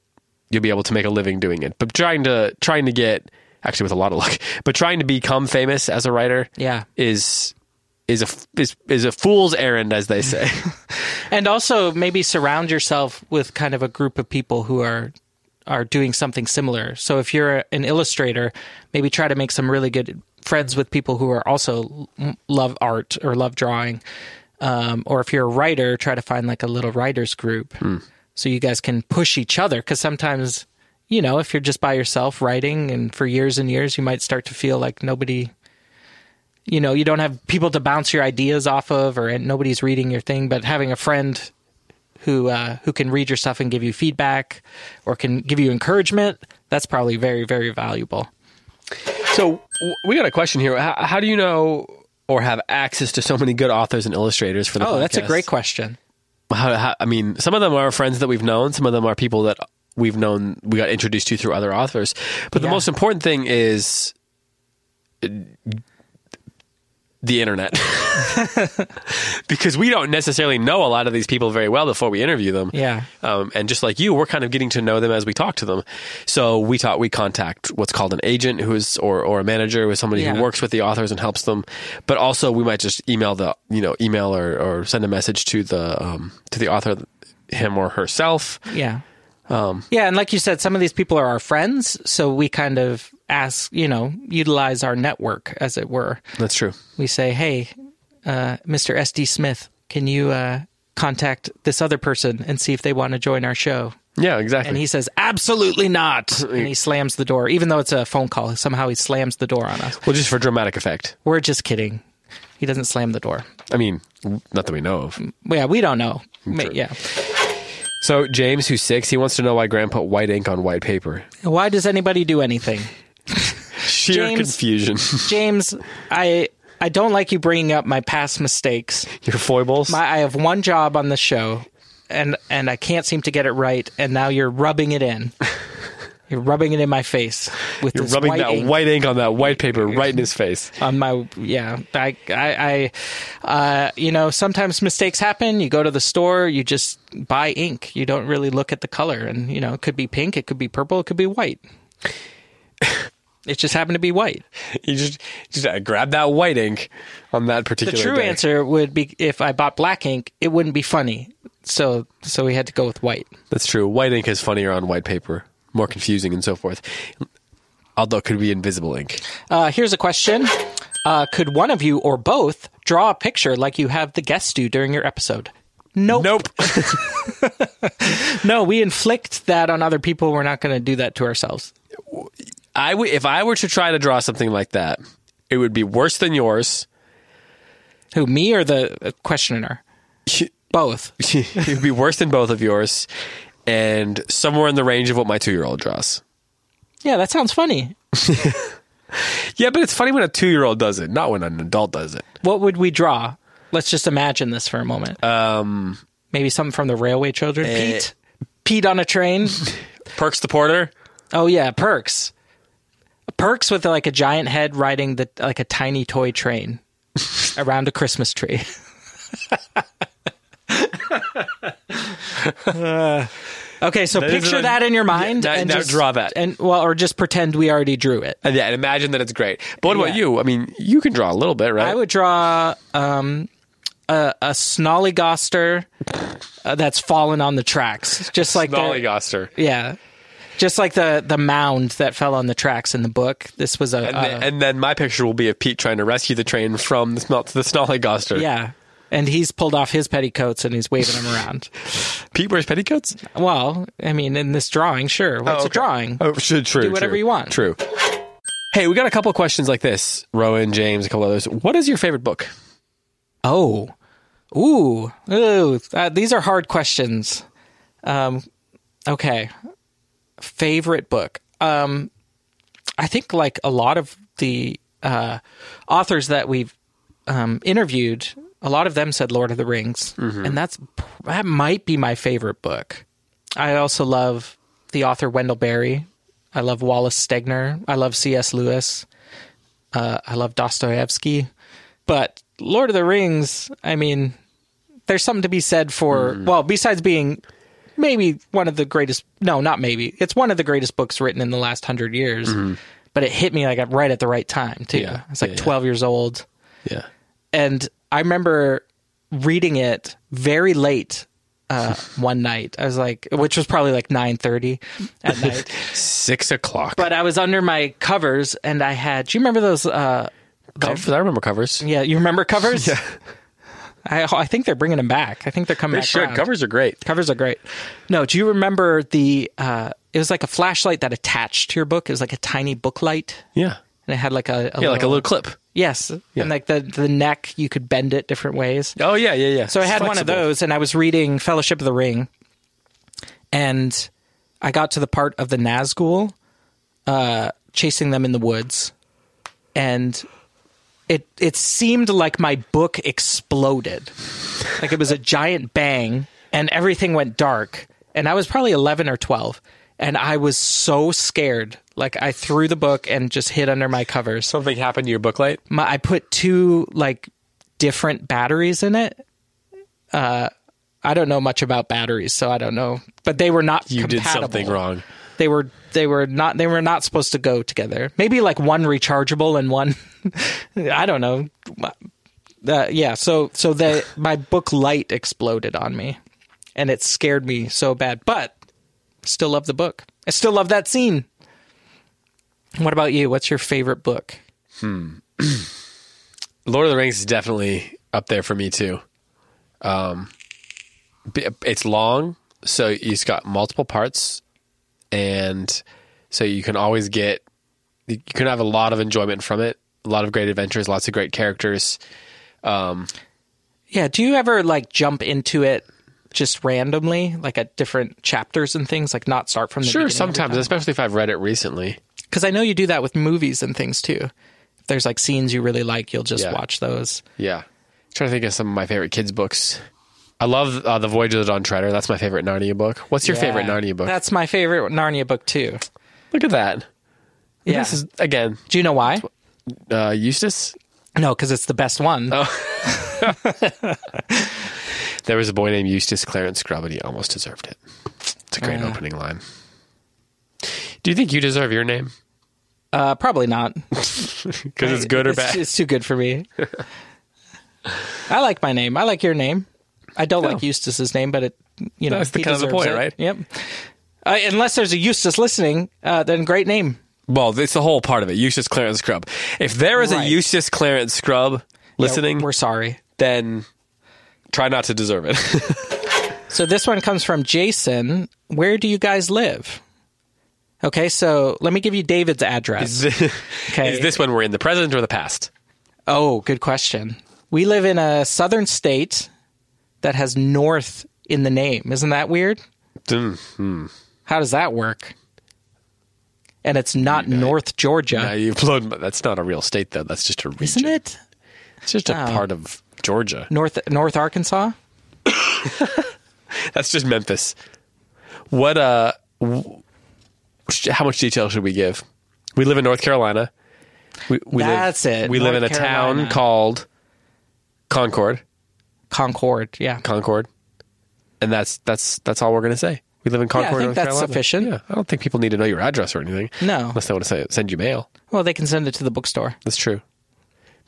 you'll be able to make a living doing it but trying to trying to get actually with a lot of luck but trying to become famous as a writer
Yeah.
is is a is, is a fool's errand as they say
And also maybe surround yourself with kind of a group of people who are are doing something similar. So if you're an illustrator, maybe try to make some really good friends with people who are also l- love art or love drawing. Um, or if you're a writer, try to find like a little writers group so you guys can push each other. Because sometimes, you know, if you're just by yourself writing and for years and years, you might start to feel like nobody you know you don't have people to bounce your ideas off of or and nobody's reading your thing but having a friend who uh, who can read your stuff and give you feedback or can give you encouragement that's probably very very valuable
So w- we got a question here. How, how do you know or have access to so many good authors and illustrators for the?
oh that's a
podcast?
great question
How, how, I mean, some of them are friends that we've known. Some of them are people that we've known. We got introduced to through other authors. But the
Yeah.
most important thing is uh, the internet, because we don't necessarily know a lot of these people very well before we interview them.
Yeah.
Um, and just like you, we're kind of getting to know them as we talk to them. So we taught we contact what's called an agent, who is or or a manager, who is somebody
Yeah.
who works with the authors and helps them. But also, we might just email the you know email or, or send a message to the um, to the author, him or herself.
yeah yeah and like you said some of these people are our friends so we kind of ask you know utilize our network as it were
That's true.
we say, "Hey, uh, Mr. SD Smith, can you uh, contact this other person and see if they want to join our show?"
Yeah, exactly.
And he says, "Absolutely not!" And he slams the door, even though it's a phone call. Somehow he slams the door on us.
well, just for dramatic effect.
We're just kidding. He doesn't slam the door.
I mean, not that we know of.
Yeah, we don't know. Ma- Yeah.
So James, who's six, he wants to know why Graham put white ink on white paper.
Why does anybody do anything?
Sheer
James-
confusion.
James, I I don't like you bringing up my past mistakes.
Your foibles.
My, I have one job on the show, and and I can't seem to get it right. And now you're rubbing it in. You're rubbing it in my face with
You're
this
rubbing
white
that
ink
white ink on that white paper right in his face.
on my yeah. I I, I uh, you know sometimes mistakes happen. You go to the store, you just buy ink. You don't really look at the color, and you know it could be pink, it could be purple, it could be white. It just happened to be white.
You just just uh, grab that white ink on that
The
particular.
true
day.
answer would be if I bought black ink, it wouldn't be funny. So so we had to go with white.
That's true. White ink is funnier on white paper, more confusing and so forth. Although it could be invisible ink.
Uh, here's a question: uh, Could one of you or both draw a picture like you have the guests do during your episode? Nope. No, we inflict that on other people. We're not going to do that to ourselves.
I w- if I were to try to draw something like that, it would be worse than yours.
Who, me or the questioner? Both.
it would be worse than both of yours, and somewhere in the range of what my two-year-old draws.
Yeah, that sounds funny.
Yeah, but it's funny when a two-year-old does it, not when an adult does it.
What would we draw? Let's just imagine this for a moment. Um, maybe something from the Railway Children.
eh,
Pete. Pete on a train.
Perks the porter.
oh yeah, Perks. Perks with like a giant head riding the like a tiny toy train around a Christmas tree. okay, so
is
picture
an-
that in your mind
now-
and
now
just,
draw that.
and well, or just pretend we already drew it.
And yeah, and imagine that it's great. But what about
Yeah.
you? I mean, you can draw a little bit, right?
I would draw um, a, a snollygoster uh, that's fallen on the tracks, just like the,
Snollygoster.
yeah, just like the the mound that fell on the tracks in the book. This was a
And,
uh,
then, and then my picture will be of Pete trying to rescue the train from the, smel- the Snollygoster.
yeah, and he's pulled off his petticoats and he's waving them around.
Pete wears petticoats?
Well, I mean, in this drawing, sure, what's
It's
a drawing?
Oh, should true.
Do whatever
true,
you want.
True. Hey, we got a couple of questions like this. Rowan, James, a couple others. What is your favorite book?
Oh, ooh, ooh. Uh, these are hard questions. Um, okay, favorite book. Um, I think like a lot of the uh, authors that we've um, interviewed, a lot of them said Lord of the Rings,
Mm-hmm.
and that's that might be my favorite book. I also love the author Wendell Berry. I love Wallace Stegner. I love C.S. Lewis. Uh, I love Dostoevsky. But Lord of the Rings, I mean, there's something to be said for,
Mm.
well, besides being maybe one of the greatest, no, not maybe, it's one of the greatest books written in the last hundred years. But it hit me like right at the right time, too.
Mm-hmm. Yeah.
I was like
Yeah, yeah.
12 years old
Yeah.
and I remember reading it very late uh, one night. I was like, which was probably like nine thirty at night.
Six o'clock.
But I was under my covers, and I had. Do you remember those? Uh,
covers, I remember covers.
yeah, you remember covers? Yeah. I, I think they're bringing them back. I think they're coming.
They
back
should.
around.
Covers are great.
Covers are great. No, do you remember the? Uh, it was like a flashlight that attached to your book. It was like a tiny book light,
Yeah.
and it had like a,
Yeah, like a little clip.
yes,
Yeah.
and like the the neck you could bend it different ways.
Oh, yeah, yeah, yeah.
So I had one of those, and I was reading Fellowship of the Ring, and I got to the part of the Nazgul uh, chasing them in the woods, and it it seemed like my book exploded, like it was a giant bang, and everything went dark. And I was probably eleven or twelve, and I was so scared. Like I threw the book and just hid under my covers
Something happened to your book light?
my I put two like different batteries in it. Uh I don't know much about batteries, so I don't know. But they were not
You did
compatible.
something wrong.
They were they were not they were not supposed to go together. Maybe like one rechargeable and one I don't know. Uh, yeah, so so the my book light exploded on me and it scared me so bad. But still love the book. I still love that scene. What about you? What's your favorite book?
Lord of the Rings is definitely up there for me too. Um, b- it's long, so it's got multiple parts, and so you can always get you can have a lot of enjoyment from it. A lot of great adventures, lots of great characters.
Yeah. Do you ever like jump into it just randomly, like at different chapters and things, like not start from the
Sure, sometimes, especially if I've read it recently.
because I know you do that with movies and things too. If there's like scenes you really like, you'll just
Yeah.
watch those.
Yeah, trying to think of some of my favorite kids' books. I love uh, the Voyage of the Dawn Treader. That's my favorite Narnia book. What's your favorite
Yeah.
Narnia book?
That's my favorite Narnia book too.
Look at that.
Yeah.
This is again
Do you know why?
uh, Eustace.
No, because it's the best
Uh,
one.
There was a boy named Eustace Clarence Scrub, and he almost deserved it. It's a great opening line. Do you think you deserve your name?
Uh, probably not.
Because it's good or
It's-
bad.
It's too good for me. I like my name. I like your name. I don't like Eustace's name, but it you know
That's the
he
kind of the
deserves
point,
it.
right?
Yep. Uh, unless there's a Eustace listening, uh, then great name.
Well, it's the whole part of it. Eustace Clarence Scrub. If there is a
Right.
Eustace Clarence Scrub listening,
we're sorry.
then try not to deserve it.
So this one comes from Jason. Where do you guys live? Okay, so let me give you David's address. Okay.
Is this when we're in the present or the past?
Oh, good question. We live in a southern state that has north in the name. Isn't that weird?
Hmm,
How does that work? And it's not North Georgia,
Now you've blown. That's not a real state, though. That's just a region.
Uh. isn't it? Oh.
It's just a part of Georgia.
North North Arkansas.
That's just Memphis. What? Uh, w- sh- how much detail should we give? We live in North Carolina. We, we
That's
live,
it,
We live in a
North Carolina.
town called Concord.
Concord, yeah.
Concord, and that's that's that's all we're gonna say. We live in
I
Concord.
think
North
that's
Carolina.
sufficient.
Yeah, I don't think people need to know your address or anything.
No.
unless they want to say, send you mail.
Well, they can send it to the bookstore,
That's true.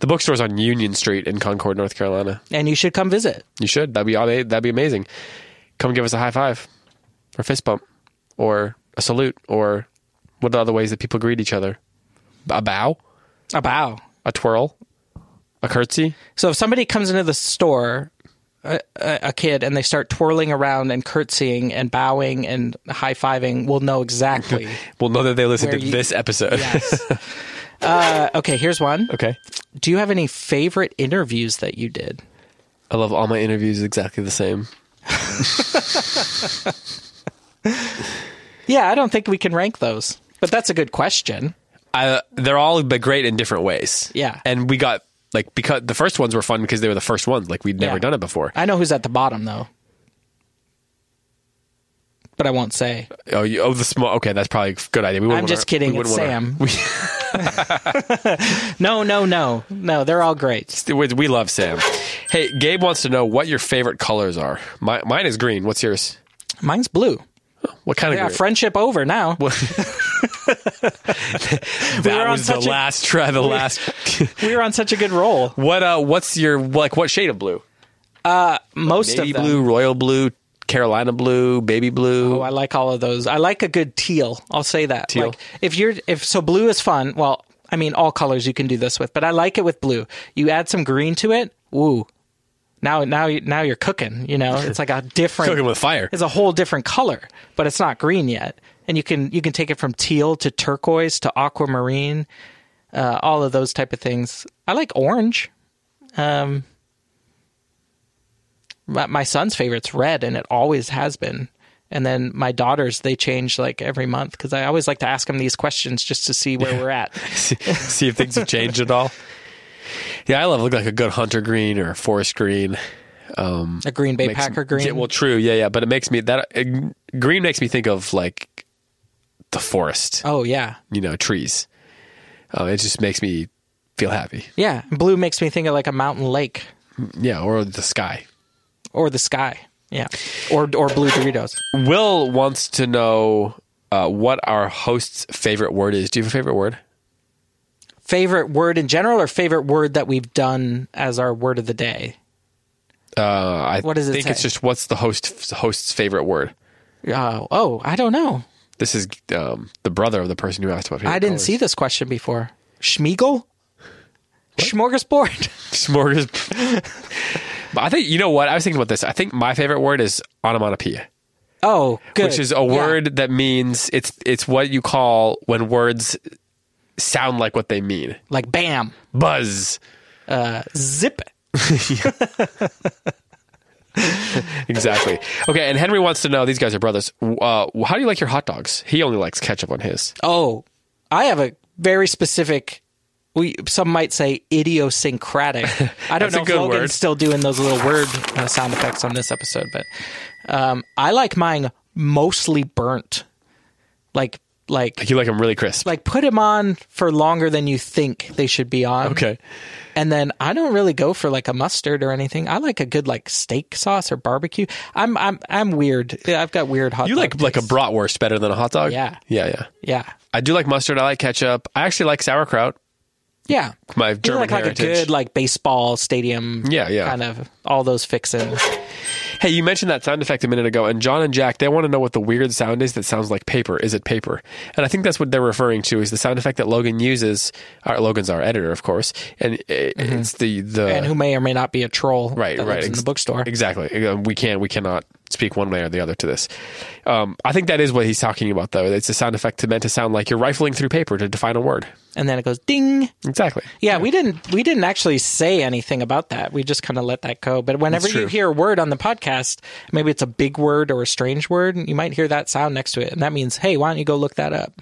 The bookstore's on Union Street in Concord, North Carolina.
and you should come visit.
You should. That'd be all- that'd be amazing. Come give us a high five, or fist bump, or a salute, or what are the other ways that people greet each other? A bow,
A bow.
a twirl, a curtsy.
So if somebody comes into the store, a, a, a kid, and they start twirling around and curtsying and bowing and high fiving, we'll know exactly.
We'll know that they listened
Where
to
you-
this episode.
yes. Uh, okay, here's one.
okay.
Do you have any favorite interviews that you did?
I love all my interviews exactly the same.
Yeah, I don't think we can rank those, but that's a good question.
I, they're all but great in different ways.
Yeah.
and we got like because the first ones were fun because they were the first ones. Like we'd never
Yeah.
done it before.
I know who's at the bottom though, but I won't say.
Oh, you, oh, the small. Okay, that's probably a good idea. We wouldn't
I'm just
wanna-
kidding.
we
It's
wouldn't
Sam.
wanna-
No, no, no, no. They're all great.
we, we love Sam. Hey, Gabe wants to know what your favorite colors are. My, mine is green. What's yours?
Mine's blue.
What kind
Yeah,
of green?
friendship over now.
that
were on
was the
such a-
last try. The last.
We were on such a good roll.
what? Uh, what's your like? What shade of blue?
Most
Navy
of them.
blue, royal blue, Carolina blue, baby blue.
Oh, I like all of those. I like a good teal. I'll say that.
Teal.
Like if you're if so blue is fun. Well, I mean all colors you can do this with, but I like it with blue. You add some green to it. Woo. Now now you now you're cooking, you know. It's like a different
Cooking with fire.
It's a whole different color, but it's not green yet. And you can you can take it from teal to turquoise to aquamarine, uh, all of those type of things. I like orange. Um my, my son's favorite's red and it always has been and then my daughters they change like every month because i always like to ask them these questions just to see where we're at
see, see if things have changed at all. Yeah, I love look like a good hunter green or a forest green.
a green bay
Makes-
packer green
Yeah, well, true. Yeah, yeah. But it makes me that uh, green makes me think of like the forest.
oh yeah
You know, trees. Uh, it just makes me feel happy.
yeah blue makes me think of like a mountain lake
Yeah, or the sky.
or the sky yeah or or blue doritos
Will wants to know uh, what our host's favorite word is. Do you have a favorite word?
favorite word in general or favorite word that we've done as our word of the day
Uh, I
What does it
think it's
say?
just what's the host host's favorite word.
uh, oh i don't know
This is um, the brother of the person who asked about. favorite
i didn't
colors.
see this question before schmiegel smorgasbord
smorgasbord. but I think you know what I was thinking about this. I think my favorite word is onomatopoeia,
oh good
which is a
Yeah.
word that means it's it's what you call when words sound like what they mean.
like bam
Buzz,
zip
exactly. okay, and Henry wants to know. These guys are brothers. Uh, how do you like your hot dogs? He only likes ketchup on his.
Oh, I have a very specific. We some might say idiosyncratic. I don't
That's a
know if
good
Logan's
word.
still doing those little word uh, sound effects on this episode, but um, I like mine mostly burnt, like Like,
You like them really crisp.
like put them on for longer than you think they should be on.
okay.
And then I don't really go for like a mustard or anything. I like a good like steak sauce or barbecue. I'm I'm I'm weird. Yeah, I've got weird hot.
You
dog
like like a
tastes.
bratwurst better than a hot dog?
Yeah.
Yeah, yeah.
yeah
I do like mustard. I like ketchup. I actually like sauerkraut.
yeah.
My
You
German
like like a
heritage.
good like baseball stadium.
Yeah, yeah.
Kind of all those fixins.
Hey, you mentioned that sound effect a minute ago, and John and Jack, they want to know what the weird sound is that sounds like paper. Is it paper? And I think that's what they're referring to is the sound effect that Logan uses. Our, Logan's our editor, of course, and it, it's the the
Mm-hmm. and who may or may not be a troll.
right
that
right
lives in the
ex-
bookstore.
Exactly. Uh, We can we cannot speak one way or the other to this. Um, I think that is what he's talking about, though. It's a sound effect meant to sound like you're rifling through paper to define a word.
And then it goes ding.
Exactly.
Yeah, we didn't we didn't actually say anything about that. We just kind of let that go. But whenever
That's true.
you hear a word on the podcast, maybe it's a big word or a strange word, you might hear that sound next to it, and that means, hey, why don't you go look that up?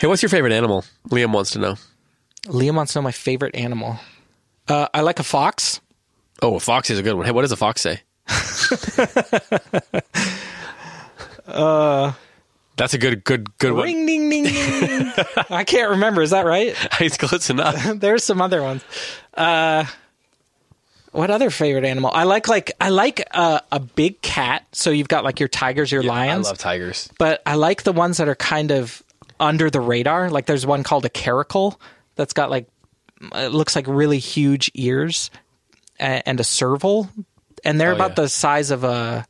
Hey, what's your favorite animal? Liam wants to know.
Liam wants to know my favorite animal. Uh, I like a fox.
Oh, a fox is a good one. Hey, what does a fox say? uh, that's a good, good, good one.
Uh, Ring ding ding ding. ding. I can't remember. Is that right?
It's close enough.
There's some other ones. Uh, what other favorite animal? I like like I like uh, a big cat. So you've got like your tigers, your lions.
tigers.
but I like the ones that are kind of under the radar. Like there's one called a caracal that's got like it looks like really huge ears a- and a serval, and they're
Oh,
about
yeah.
the size of a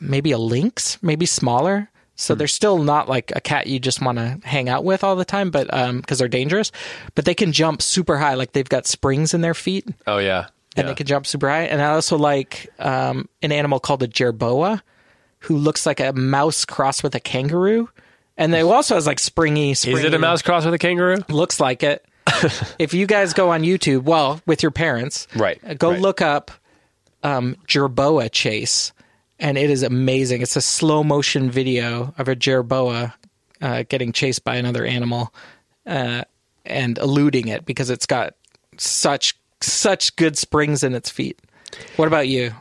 maybe a lynx, maybe smaller.
Hmm.
So they're still not like a cat you just want to hang out with all the time, but because they're dangerous, but they can jump super high. Like they've got springs in their feet
Oh yeah,
and
Yeah.
they can jump super high. And I also like um, an animal called a jerboa, who looks like a mouse crossed with a kangaroo, and it also has like springy. springy
Is it a mouse cross with a kangaroo?
Looks like it. if you guys go on YouTube, well, with your parents,
Right,
uh, Go
right.
look up um, jerboa chase, and it is amazing. It's a slow motion video of a jerboa uh, getting chased by another animal uh, and eluding it because it's got such such good springs in its feet. What about you?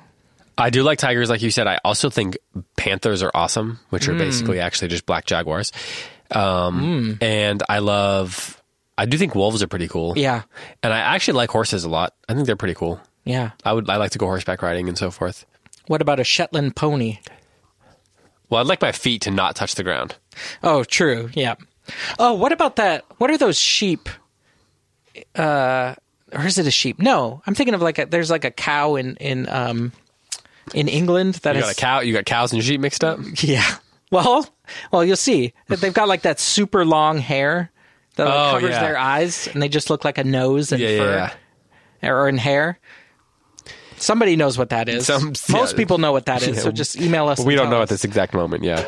I do like tigers, like you said. I also think panthers are awesome, which are
Hmm.
basically actually just black jaguars.
Hmm.
Um, And I love. I do think wolves are pretty cool.
Yeah,
and I actually like horses a lot. I think they're pretty cool.
yeah.
I would. I like to go horseback riding and so forth.
What about a Shetland pony?
Well, I'd like my feet to not touch the ground.
Oh, true. Yeah. Oh, what about that? What are those sheep? Uh, or is it a sheep? No, I'm thinking of like a, there's like a cow in in um in England that
You
is
got a cow. You got cows and sheep mixed up.
yeah. Well, well, you'll see. That They've got like that super long hair that like,
Oh,
covers
yeah.
their eyes, and they just look like a nose and
Yeah, yeah,
fur
yeah.
or in hair. Somebody knows what that is.
Some-
Most
yeah.
people know what that is, so just email us.
But we
and
don't
tell
know at
us.
this exact moment. Yeah.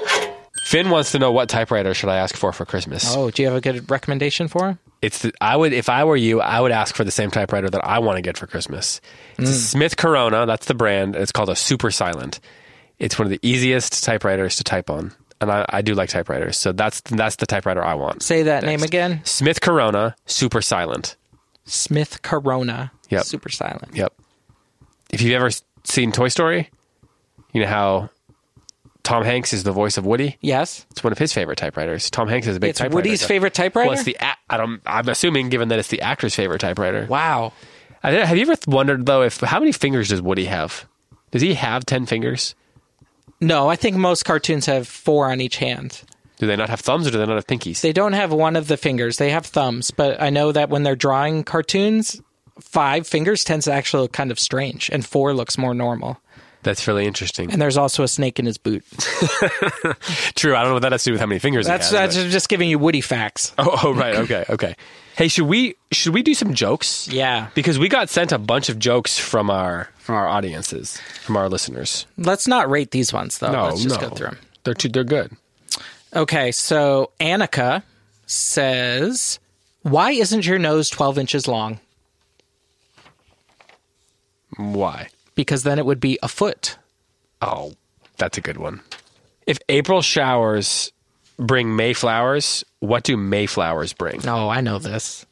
Finn wants to know what typewriter should I ask for for Christmas.
Oh, do you have a good recommendation for him?
It's the, I would if I were you, I would ask for the same typewriter that I want to get for Christmas. It's a
Mm.
Smith Corona. That's the brand. It's called a Super Silent. It's one of the easiest typewriters to type on, and I, I do like typewriters. So that's that's the typewriter I want.
Say that name again.
Smith Corona Super Silent.
Smith Corona.
Yep.
Super silent.
Yep. If you've ever s- seen Toy Story, you know how Tom Hanks is the voice of Woody.
Yes.
It's one of his favorite typewriters. Tom Hanks is a big
It's
typewriter.
Woody's
guy.
favorite typewriter?
Well, it's the a- I don't, I'm assuming, given that it's the actor's favorite typewriter.
Wow.
I don't- have you ever th- wondered though if how many fingers does Woody have? Does he have ten fingers?
No, I think most cartoons have four on each hand.
Do they not have thumbs or do they not have pinkies?
They don't have one of the fingers. They have thumbs, but I know that when they're drawing cartoons, five fingers tends to actually look kind of strange, and four looks more normal.
That's really interesting.
And there's also a snake in his boot.
True. I don't know what that has to do with how many fingers.
That's
he has,
that's
but-
just giving you Woody facts.
Oh, oh, right. Okay. Okay. Hey, should we should we do some jokes?
Yeah.
Because we got sent a bunch of jokes from our from our audiences, from our listeners.
Let's not rate these ones though. Oh, Let's just go through them.
They're too, they're good.
Okay, so Annika says, "Why isn't your nose 12 inches long?"
Why?
Because then it would be a foot.
Oh, that's a good one. If April showers bring May flowers, what do May flowers bring?
Oh, I know this.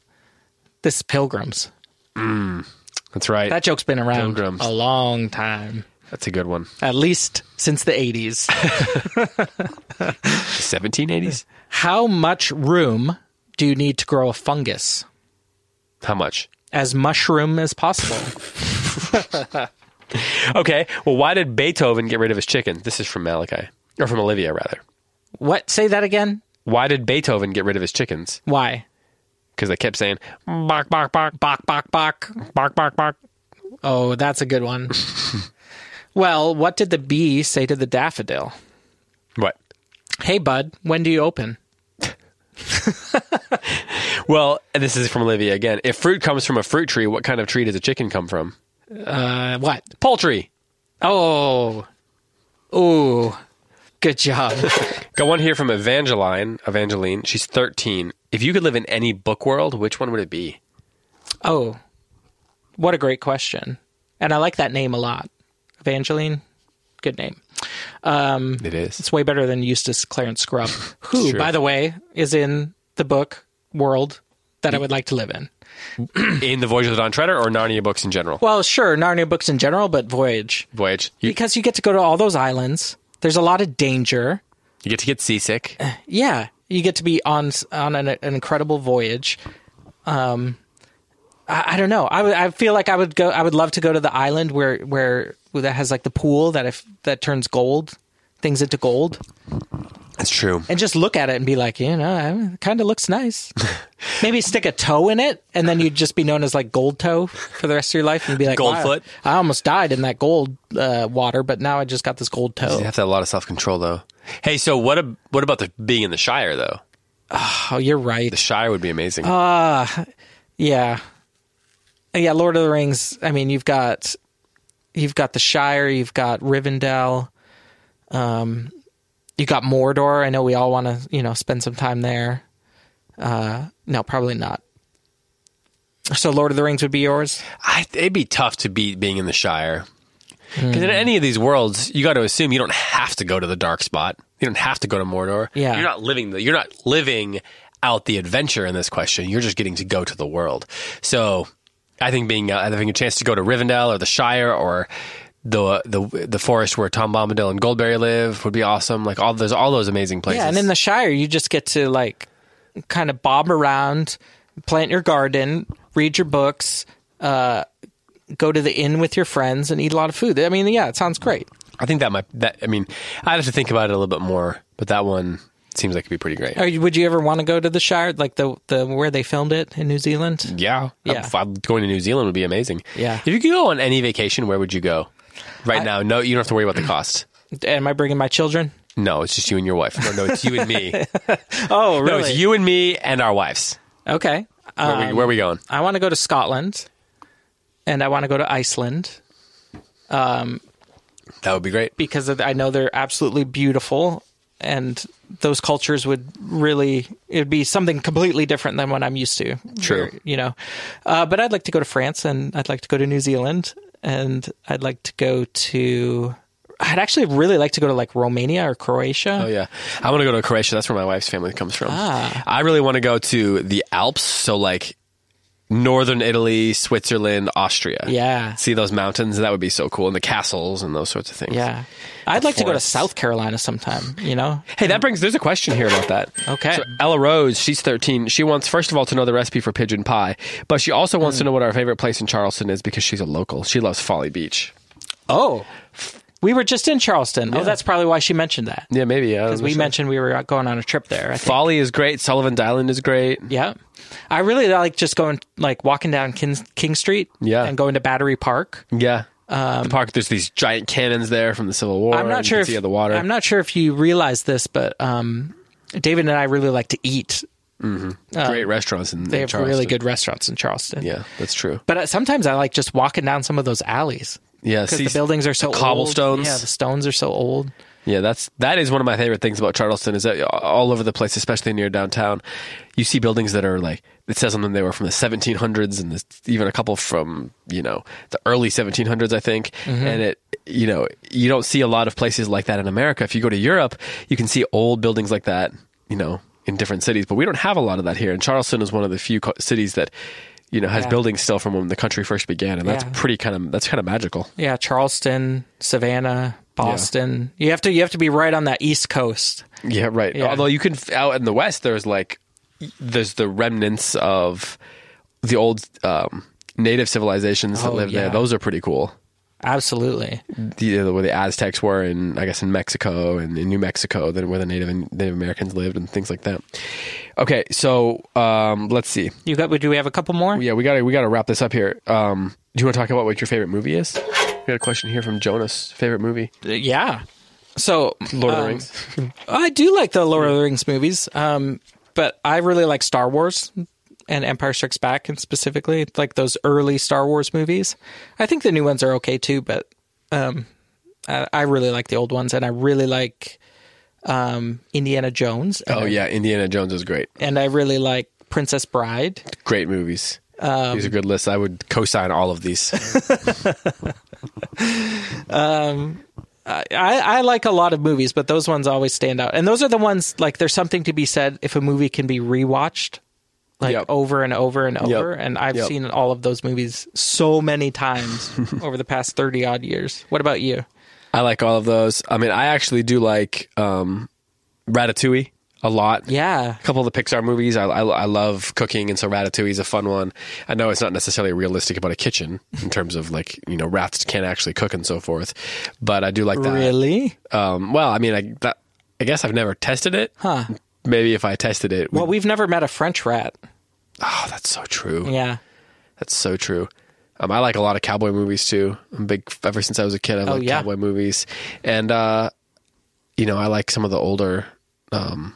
This is Pilgrims.
That's right.
That joke's been around
Pilgrims.
a long time.
That's a good one.
at least since the 80s.
1780s?
How much room do you need to grow a fungus?
How much?
As mushroom as possible.
Okay. Well, why did Beethoven get rid of his chicken? This is from Malachi, or from Olivia, rather.
what? Say that again?
Why did Beethoven get rid of his chickens?
Why?
Because they kept saying,
Bark, bark, bark, bark, bark, bark, bark, bark, bark. Oh, that's a good one. well, what did the bee say to the daffodil?
what?
Hey, bud, when do you open?
Well, and this is from Olivia again. If fruit comes from a fruit tree, what kind of tree does a chicken come from?
Uh, what?
Poultry.
Oh. Ooh. Good job.
Got one here from Evangeline. Evangeline, she's 13. If you could live in any book world, which one would it be?
oh. What a great question. And I like that name a lot. Evangeline. Good name.
It is.
It's way better than Eustace Clarence Scrub, who,
Sure.
by the way, is in the book world that I would like to live in.
In the Voyage of the Dawn Treader or Narnia books in general?
Well, sure, Narnia books in general, but Voyage.
Voyage. You,
Because you get to go to all those islands. There's a lot of danger.
you get to get seasick.
Yeah, you get to be on on an, an incredible voyage. Um, I, I don't know. I would- I feel like I would go. I would love to go to the island where where where that has like the pool that if that turns gold things into gold
That's true.
and just look at it and be like you know it kind of looks nice maybe stick a toe in it and then you'd just be known as like gold toe for the rest of your life and be like
Gold
wow,
foot.
i almost died in that gold uh, water but now i just got this gold toe
You have to have a lot of self control, though. Hey, so what? Ab- what about the being in the Shire, though?
oh you're
The
right
Shire would be amazing.
yeah yeah lord of the rings i mean you've got you've got the shire you've got rivendell um you got mordor i know we all want to you know spend some time there uh no probably not so lord of the rings would be yours
I, it'd be tough to beat being in the Shire. Because in any of these worlds, you got to assume you don't have to go to the dark spot. You don't have to go to Mordor.
Yeah.
you're not living. The, you're not living out the adventure in this question. You're just getting to go to the world. So, I think being uh, having a chance to go to Rivendell or the Shire or the the the forest where Tom Bombadil and Goldberry live would be awesome. Like all those all those amazing places.
Yeah, and in the Shire, you just get to like kind of bob around, plant your garden, read your books, uh, go to the inn with your friends, and eat a lot of food. I mean, yeah, it sounds great.
I think that might that I mean I'd have to think about it a little bit more, but that one seems like it'd be pretty great.
Are you, would you ever want to go to the Shire, like the the where they filmed it in New Zealand?
Yeah,
Yeah.
If I'm going to New Zealand would be amazing.
Yeah.
if you could go on any vacation, where would you go? Right now, no, you don't have to worry about the cost.
Am I bringing my children?
No, it's just you and your wife. No, no, it's you and me.
Oh,
No, it's you and me and our wives.
Okay, Uh,
Where, we, where are we going?
I want to go to Scotland, and I want to go to Iceland
That would be great.
because of, I know they're absolutely beautiful, and those cultures would really it'd be something completely different than what I'm used to.
True.
you know. Uh, but I'd like to go to France and I'd like to go to New Zealand and I'd like to go to. I'd actually really like to go to like Romania or Croatia.
Oh yeah, I want to go to Croatia. That's where my wife's family comes from.
Ah.
I really want to go to the Alps. So like northern Italy, Switzerland, Austria.
Yeah.
see those mountains. That would be so cool, and the castles and those sorts of things.
Yeah. I'd like to go to
forests.
South Carolina sometime, you know?
Hey, that brings. There's a question here about that.
Okay.
So Ella Rose, she's 13. She wants, first of all, to know the recipe for pigeon pie, but she also
Hmm.
wants to know what our favorite place in Charleston is because she's a local. She loves Folly Beach.
Oh. We were just in Charleston. Oh, that's probably why she mentioned that.
Yeah, maybe.
Because we mentioned we were going on a trip there. I think.
Folly is great. Sullivan Island is great.
Yeah. I really like just going, like walking down King, King Street
Yeah.
and going to Battery Park.
Yeah. the park. There's these giant cannons there from the Civil War.
Um, I'm not
and
sure
You
if
can see the water.
I'm not sure if you realize this, but um, David and I really like to eat.
great restaurants in,
uh, They
in
have
Charleston.
really good restaurants in Charleston.
Yeah, that's true.
But uh, sometimes I like just walking down some of those alleys
Yeah,
because
see-
the buildings are
the
so Old.
cobblestones.
Yeah, the stones are so old.
Yeah, that's that is one of my favorite things about Charleston is that all over the place, especially near downtown, you see buildings that are like it says on them they were from the 1700s and there's even a couple from you know the early 1700s I think,
Mm-hmm.
and it you know you don't see a lot of places like that in America. If you go to Europe, you can see old buildings like that, you know, in different cities, but we don't have a lot of that here. And Charleston is one of the few co- cities that you know, has
Yeah.
buildings still from when the country first began, and that's
Yeah.
pretty kind of that's kind of magical.
Yeah, Charleston, Savannah, Boston. You have to you have to be right on that East Coast.
Yeah, right.
Yeah.
Although you can f- out in the West, there's like there's the remnants of the old um, native civilizations that
Oh,
live
yeah.
there. Those are pretty cool.
Absolutely.
The, where the Aztecs were, and I guess in Mexico and in New Mexico, then where the Native and Native Americans lived, and things like that. Okay, so um, let's see.
You got? Do we have a couple more?
Yeah, we gotta we gotta wrap this up here. Um, do you want to talk about what your favorite movie is? We got a question here from Jonas. Favorite movie?
Yeah. So
Lord of
um,
the Rings.
I do like the Lord of the Rings movies, um, but I really like Star Wars and Empire Strikes Back, and specifically like those early Star Wars movies. I think the new ones are okay too, but um, I, I really like the old ones, and I really like um, Indiana Jones. And
Oh
I-
yeah, Indiana Jones is great.
and I really like Princess Bride.
Great movies.
Um,
these are good lists. I would co-sign all of these.
I, I like a lot of movies, but those ones always stand out. And those are the ones like there's something to be said if a movie can be rewatched like
Yep.
over and over and over.
Yep.
And I've
Yep.
seen all of those movies so many times over the past 30 odd years. What about you?
I like all of those. I mean, I actually do like um, Ratatouille a lot.
Yeah.
A couple of the Pixar movies. I, I, I love cooking, and so Ratatouille is a fun one. I know it's not necessarily realistic about a kitchen in terms of like you know rats can't actually cook and so forth, but I do like that.
Really?
Um, well, I mean, I that, I guess I've never tested it.
Huh.
Maybe if I tested it,
Well, we've never met a French rat.
oh, that's so true.
Yeah.
That's so true. Um, I like a lot of cowboy movies too. I'm big ever since I was a kid. I like
Oh, yeah.
cowboy movies, and uh, you know, I like some of the older. Um,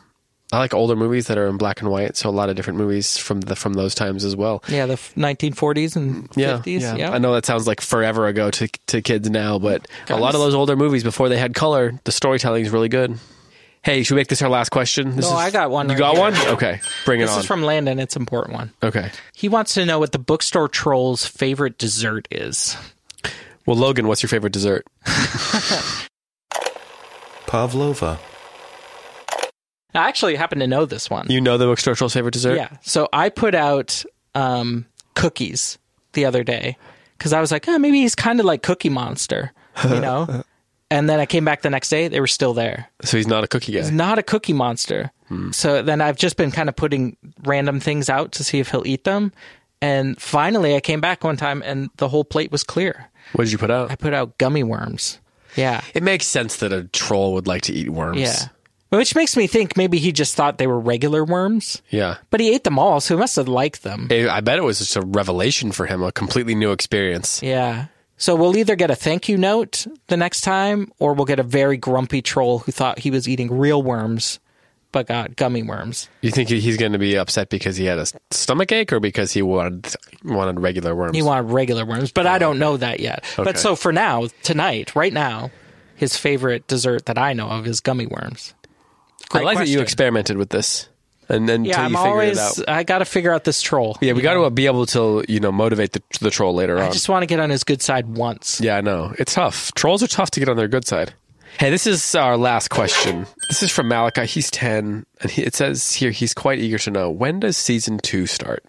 I like older movies that are in black and white, so a lot of different movies from the from those times as well.
Yeah. The f- 1940s and 50s. Yeah.
I know that sounds like forever ago to to kids now, but a lot of those older movies before they had color, the storytelling is really good. Hey, should we make this our last question? This
No, I got one
You
right
got
here.
one? Okay, bring it
This
on.
is from Landon. It's an important one.
okay.
He wants to know what the bookstore troll's favorite dessert is.
Well, Logan, what's your favorite dessert?
Pavlova.
I actually happen to know this one.
You know the bookstore troll's favorite dessert?
Yeah. So I put out um, cookies the other day because I was like, oh, maybe he's kind of like Cookie Monster, you know? and then I came back the next day, they were still there.
So he's not a cookie guy.
He's not a Cookie Monster. So then I've just been kind of putting random things out to see if he'll eat them. And finally, I came back one time and the whole plate was clear.
What did you put out?
I put out gummy worms. Yeah.
It makes sense that a troll would like to eat worms.
Yeah. Which makes me think maybe he just thought they were regular worms,
Yeah.
but he ate them all, so he must have liked them.
It- I bet it was just a revelation for him, a completely new experience.
Yeah. So we'll either get a thank you note the next time, or we'll get a very grumpy troll who thought he was eating real worms but got gummy worms.
You think he- he's going to be upset because he had a stomach ache or because he wanted wanted regular worms?
He wanted regular worms, but I don't know that yet.
Okay.
But so for now, tonight, right now, his favorite dessert that I know of is gummy worms.
I like that you
question.
experimented with this, and then until
Yeah, I'm
you figure
always.
it out.
I got to figure out this troll.
Yeah, we got to be able to you know motivate the, the troll later
I
on.
just want to get on his good side once.
Yeah, I know it's tough. Trolls are tough to get on their good side. Hey, this is our last question. This is from Malachi. He's ten, and he, it says here he's quite eager to know when does season two start.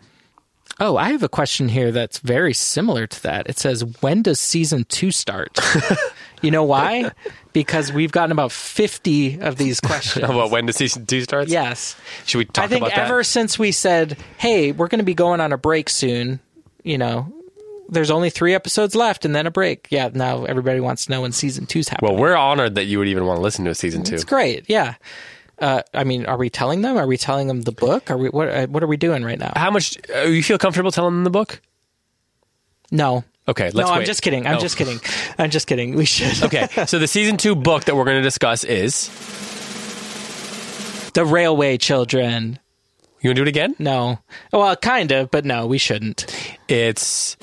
Oh, I have a question here that's very similar to that. It says, When does season two start? you know why? Because we've gotten about 50 of these questions.
Well, when does season two start?
yes.
should we talk
I think
about that?
ever since we said, Hey, we're going to be going on a break soon, you know, there's only three episodes left and then a break. Yeah, now everybody wants to know when season two's happening.
well, we're honored that you would even want to listen to a season two.
It's great. Yeah. Uh, I mean, are we telling them? Are we telling them the book? Are we what? Uh, what are we doing right now?
How much uh, you feel comfortable telling them the book?
No.
Okay, let's.
no, I'm
wait.
just kidding. I'm
No.
just kidding. I'm just kidding. We should.
okay, so the season two book that we're going to discuss is.
The Railway Children.
You want to do it again?
No. Well, kind of, but no, we shouldn't.
It's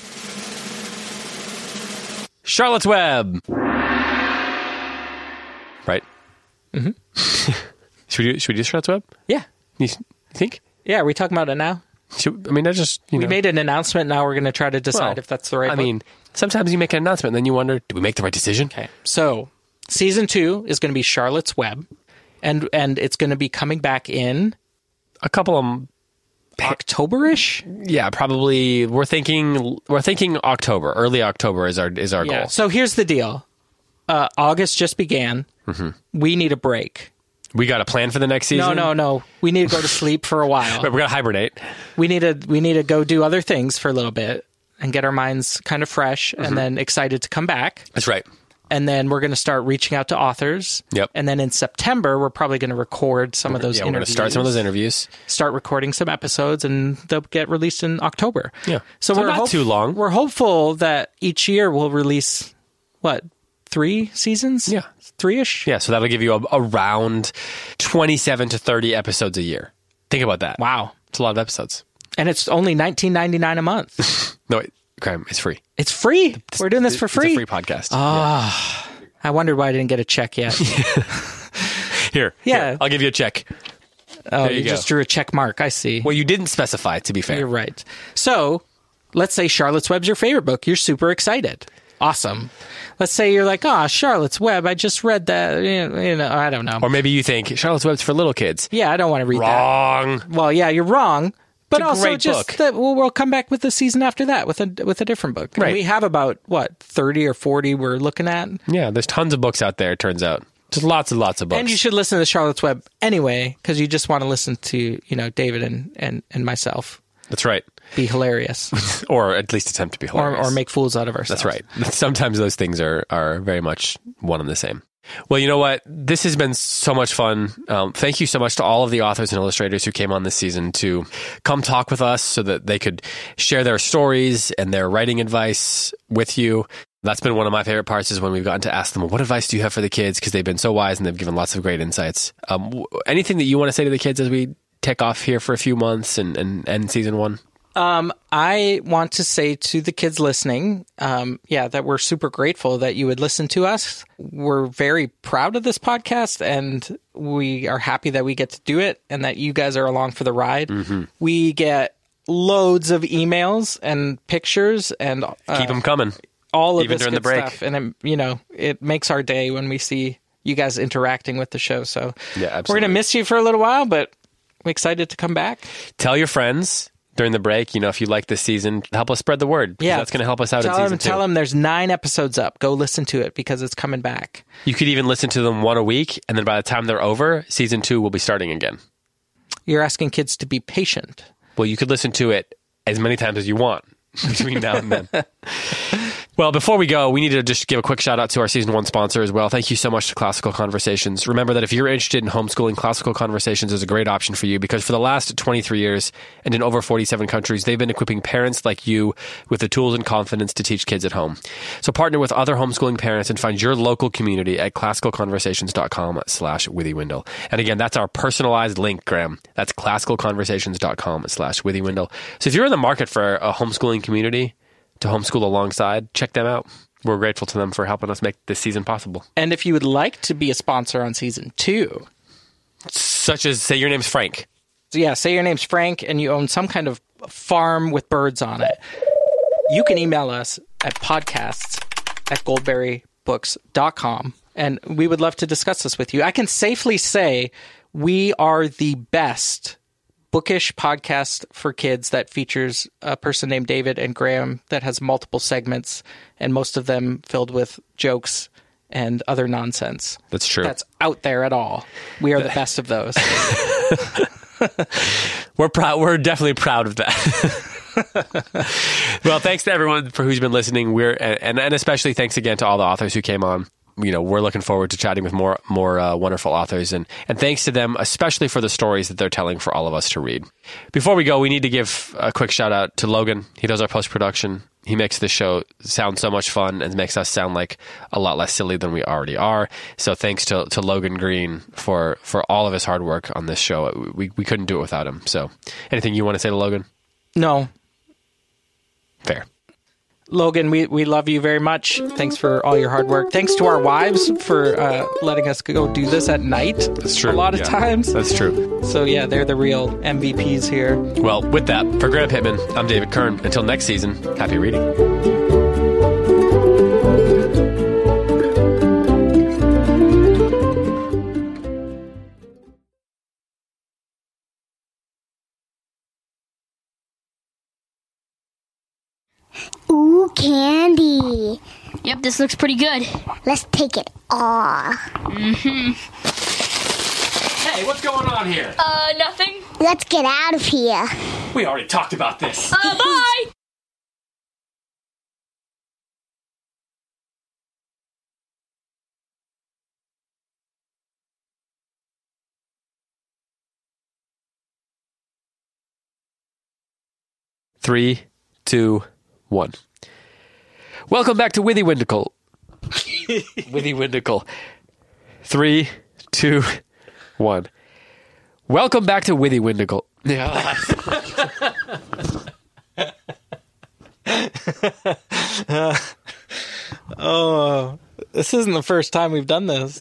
Charlotte's Web. Right. Mm-hmm.
Mm-hmm.
should we do? Should we do Charlotte's Web?
Yeah.
You s- you think?
Yeah, are we talking about it now?
Should, I mean, I just you
We
know.
made an announcement. Now we're going to try to
Well,
decide if that's the right
I
book.
mean, sometimes you make an announcement, and then you wonder, did we make the right decision?
okay. So, season two is going to be Charlotte's Web, and and it's going to be coming back in
A couple of m-
Octoberish.
yeah, probably we're thinking we're thinking October, early October is our is our goal.
So here's the deal. Uh, August just began. We need a break.
We got a plan for the next season.
No, no, no. We need to go to sleep for a while.
But we're gonna hibernate.
we need to we need to go do other things for a little bit and get our minds kind of fresh and then excited to come back
That's right.
and then we're going to start reaching out to authors
Yep.
and then in september we're probably going to record some of those
yeah, we're gonna
interviews
start some of those interviews.
start recording some episodes and they'll get released in october
Yeah.
so,
So
we're
not
hopeful
too long.
we're hopeful that each year we'll release what three seasons
Yeah.
three-ish
Yeah, so that'll give you a, around twenty-seven to thirty episodes a year. Think about that.
wow
it's a lot of episodes.
and it's only 19.99 a month
No, wait, crime. It's free.
it's free we're doing this for
It's
free Oh.
a free podcast.
i wondered why i didn't get a check yet
here,
Yeah.
here, I'll give you a check.
Oh,
There
you,
you go.
just drew a check mark. I see.
Well, you didn't specify. To be fair,
You're right. So let's say Charlotte's Web's your favorite book. You're super excited. Awesome. Let's say you're like, ah, Charlotte's Web. I just read that. You you know, I don't know.
or maybe you think Charlotte's Web's for little kids.
yeah, I don't want to read
Wrong.
that. Well, yeah, you're wrong. But
a
also,
great
just
book.
that we'll, we'll come back with the season after that with a with a different book. And
Right.
we have about what thirty or forty we're looking at,
Yeah, there's tons of books out there. It turns out, just lots and lots of books.
and you should listen to Charlotte's Web anyway because you just want to listen to you know David and and and myself
That's right.
be hilarious
Or at least attempt to be
or,
hilarious.
or make fools out of ourselves.
That's right. Sometimes those things are are very much one and the same. Well, you know what? This has been so much fun. Um, thank you so much to all of the authors and illustrators who came on this season to come talk with us so that they could share their stories and their writing advice with you. That's been one of my favorite parts is when we've gotten to ask them, what advice do you have for the kids? Because they've been so wise and they've given lots of great insights. Um, w- anything that you want to say to the kids as we take off here for a few months and, and end season one?
Um, I want to say to the kids listening, um, yeah, that we're super grateful that you would listen to us. We're very proud of this podcast and we are happy that we get to do it and that you guys are along for the ride.
Mm-hmm.
We get loads of emails and pictures and uh,
Keep them coming.
all of
even
this
during the
good
break.
stuff. And, it, you know, it makes our day when we see you guys interacting with the show. So
Yeah,
we're
absolutely.
going to miss you for a little while, but we're excited to come back.
tell your friends during the break. You know, if you like this season, help us spread the word. 'cause
Yeah.
that's going to help us out
tell
in
him,
season two.
Tell him there's nine episodes up. Go listen to it because it's coming back.
You could even listen to them one a week, and then by the time they're over, season two will be starting again.
You're asking kids to be patient.
Well, you could listen to it as many times as you want between now and then. Well, before we go, we need to just give a quick shout out to our season one sponsor as well. Thank you so much to Classical Conversations. Remember that if you're interested in homeschooling, Classical Conversations is a great option for you because for the last 23 years and in over 47 countries, they've been equipping parents like you with the tools and confidence to teach kids at home. So partner with other homeschooling parents and find your local community at classicalconversations.com slash withywindle. And again, that's our personalized link, Graham. That's classicalconversations.com slash withywindle. So if you're in the market for a homeschooling community, to homeschool alongside, check them out. We're grateful to them for helping us make this season possible.
And if you would like to be a sponsor on season two,
Such as, say, your name's Frank.
so yeah, say your name's Frank and you own some kind of farm with birds on it, you can email us at podcasts at goldberrybooks.com. And we would love to discuss this with you. I can safely say we are the best bookish podcast for kids that features a person named David and Graham that has multiple segments and most of them filled with jokes and other nonsense
That's true.
that's out there at all. We are the best of those.
we're proud. We're definitely proud of that. well, thanks to everyone for who's been listening. We're and and especially thanks again to all the authors who came on. You know, we're looking forward to chatting with more more uh, wonderful authors, and and thanks to them, especially for the stories that they're telling for all of us to read. Before we go, we need to give a quick shout out to Logan. He does our post production. He makes this show sound so much fun and makes us sound like a lot less silly than we already are. So thanks to, to Logan Green for, for all of his hard work on this show. We, we couldn't do it without him. So anything you want to say to Logan?
no,
Fair.
Logan, we, we love you very much. Thanks for all your hard work. Thanks to our wives for uh, letting us go do this at night. That's A lot of times.
That's true.
So, yeah, they're the real MVPs here.
Well, with that, for Graham Pittman, I'm David Kern. Until next season, happy reading.
candy.
Yep, this looks pretty good.
Let's take it all.
Hey, what's going on here?
Uh, nothing.
Let's get out of here.
We already talked about this.
Uh, bye.
Three, two, one. Welcome back to Withy Windicle. Withy Windicle. Three, two, one. Welcome back to Withy Windicle. Yeah.
Oh, this isn't the first time we've done this.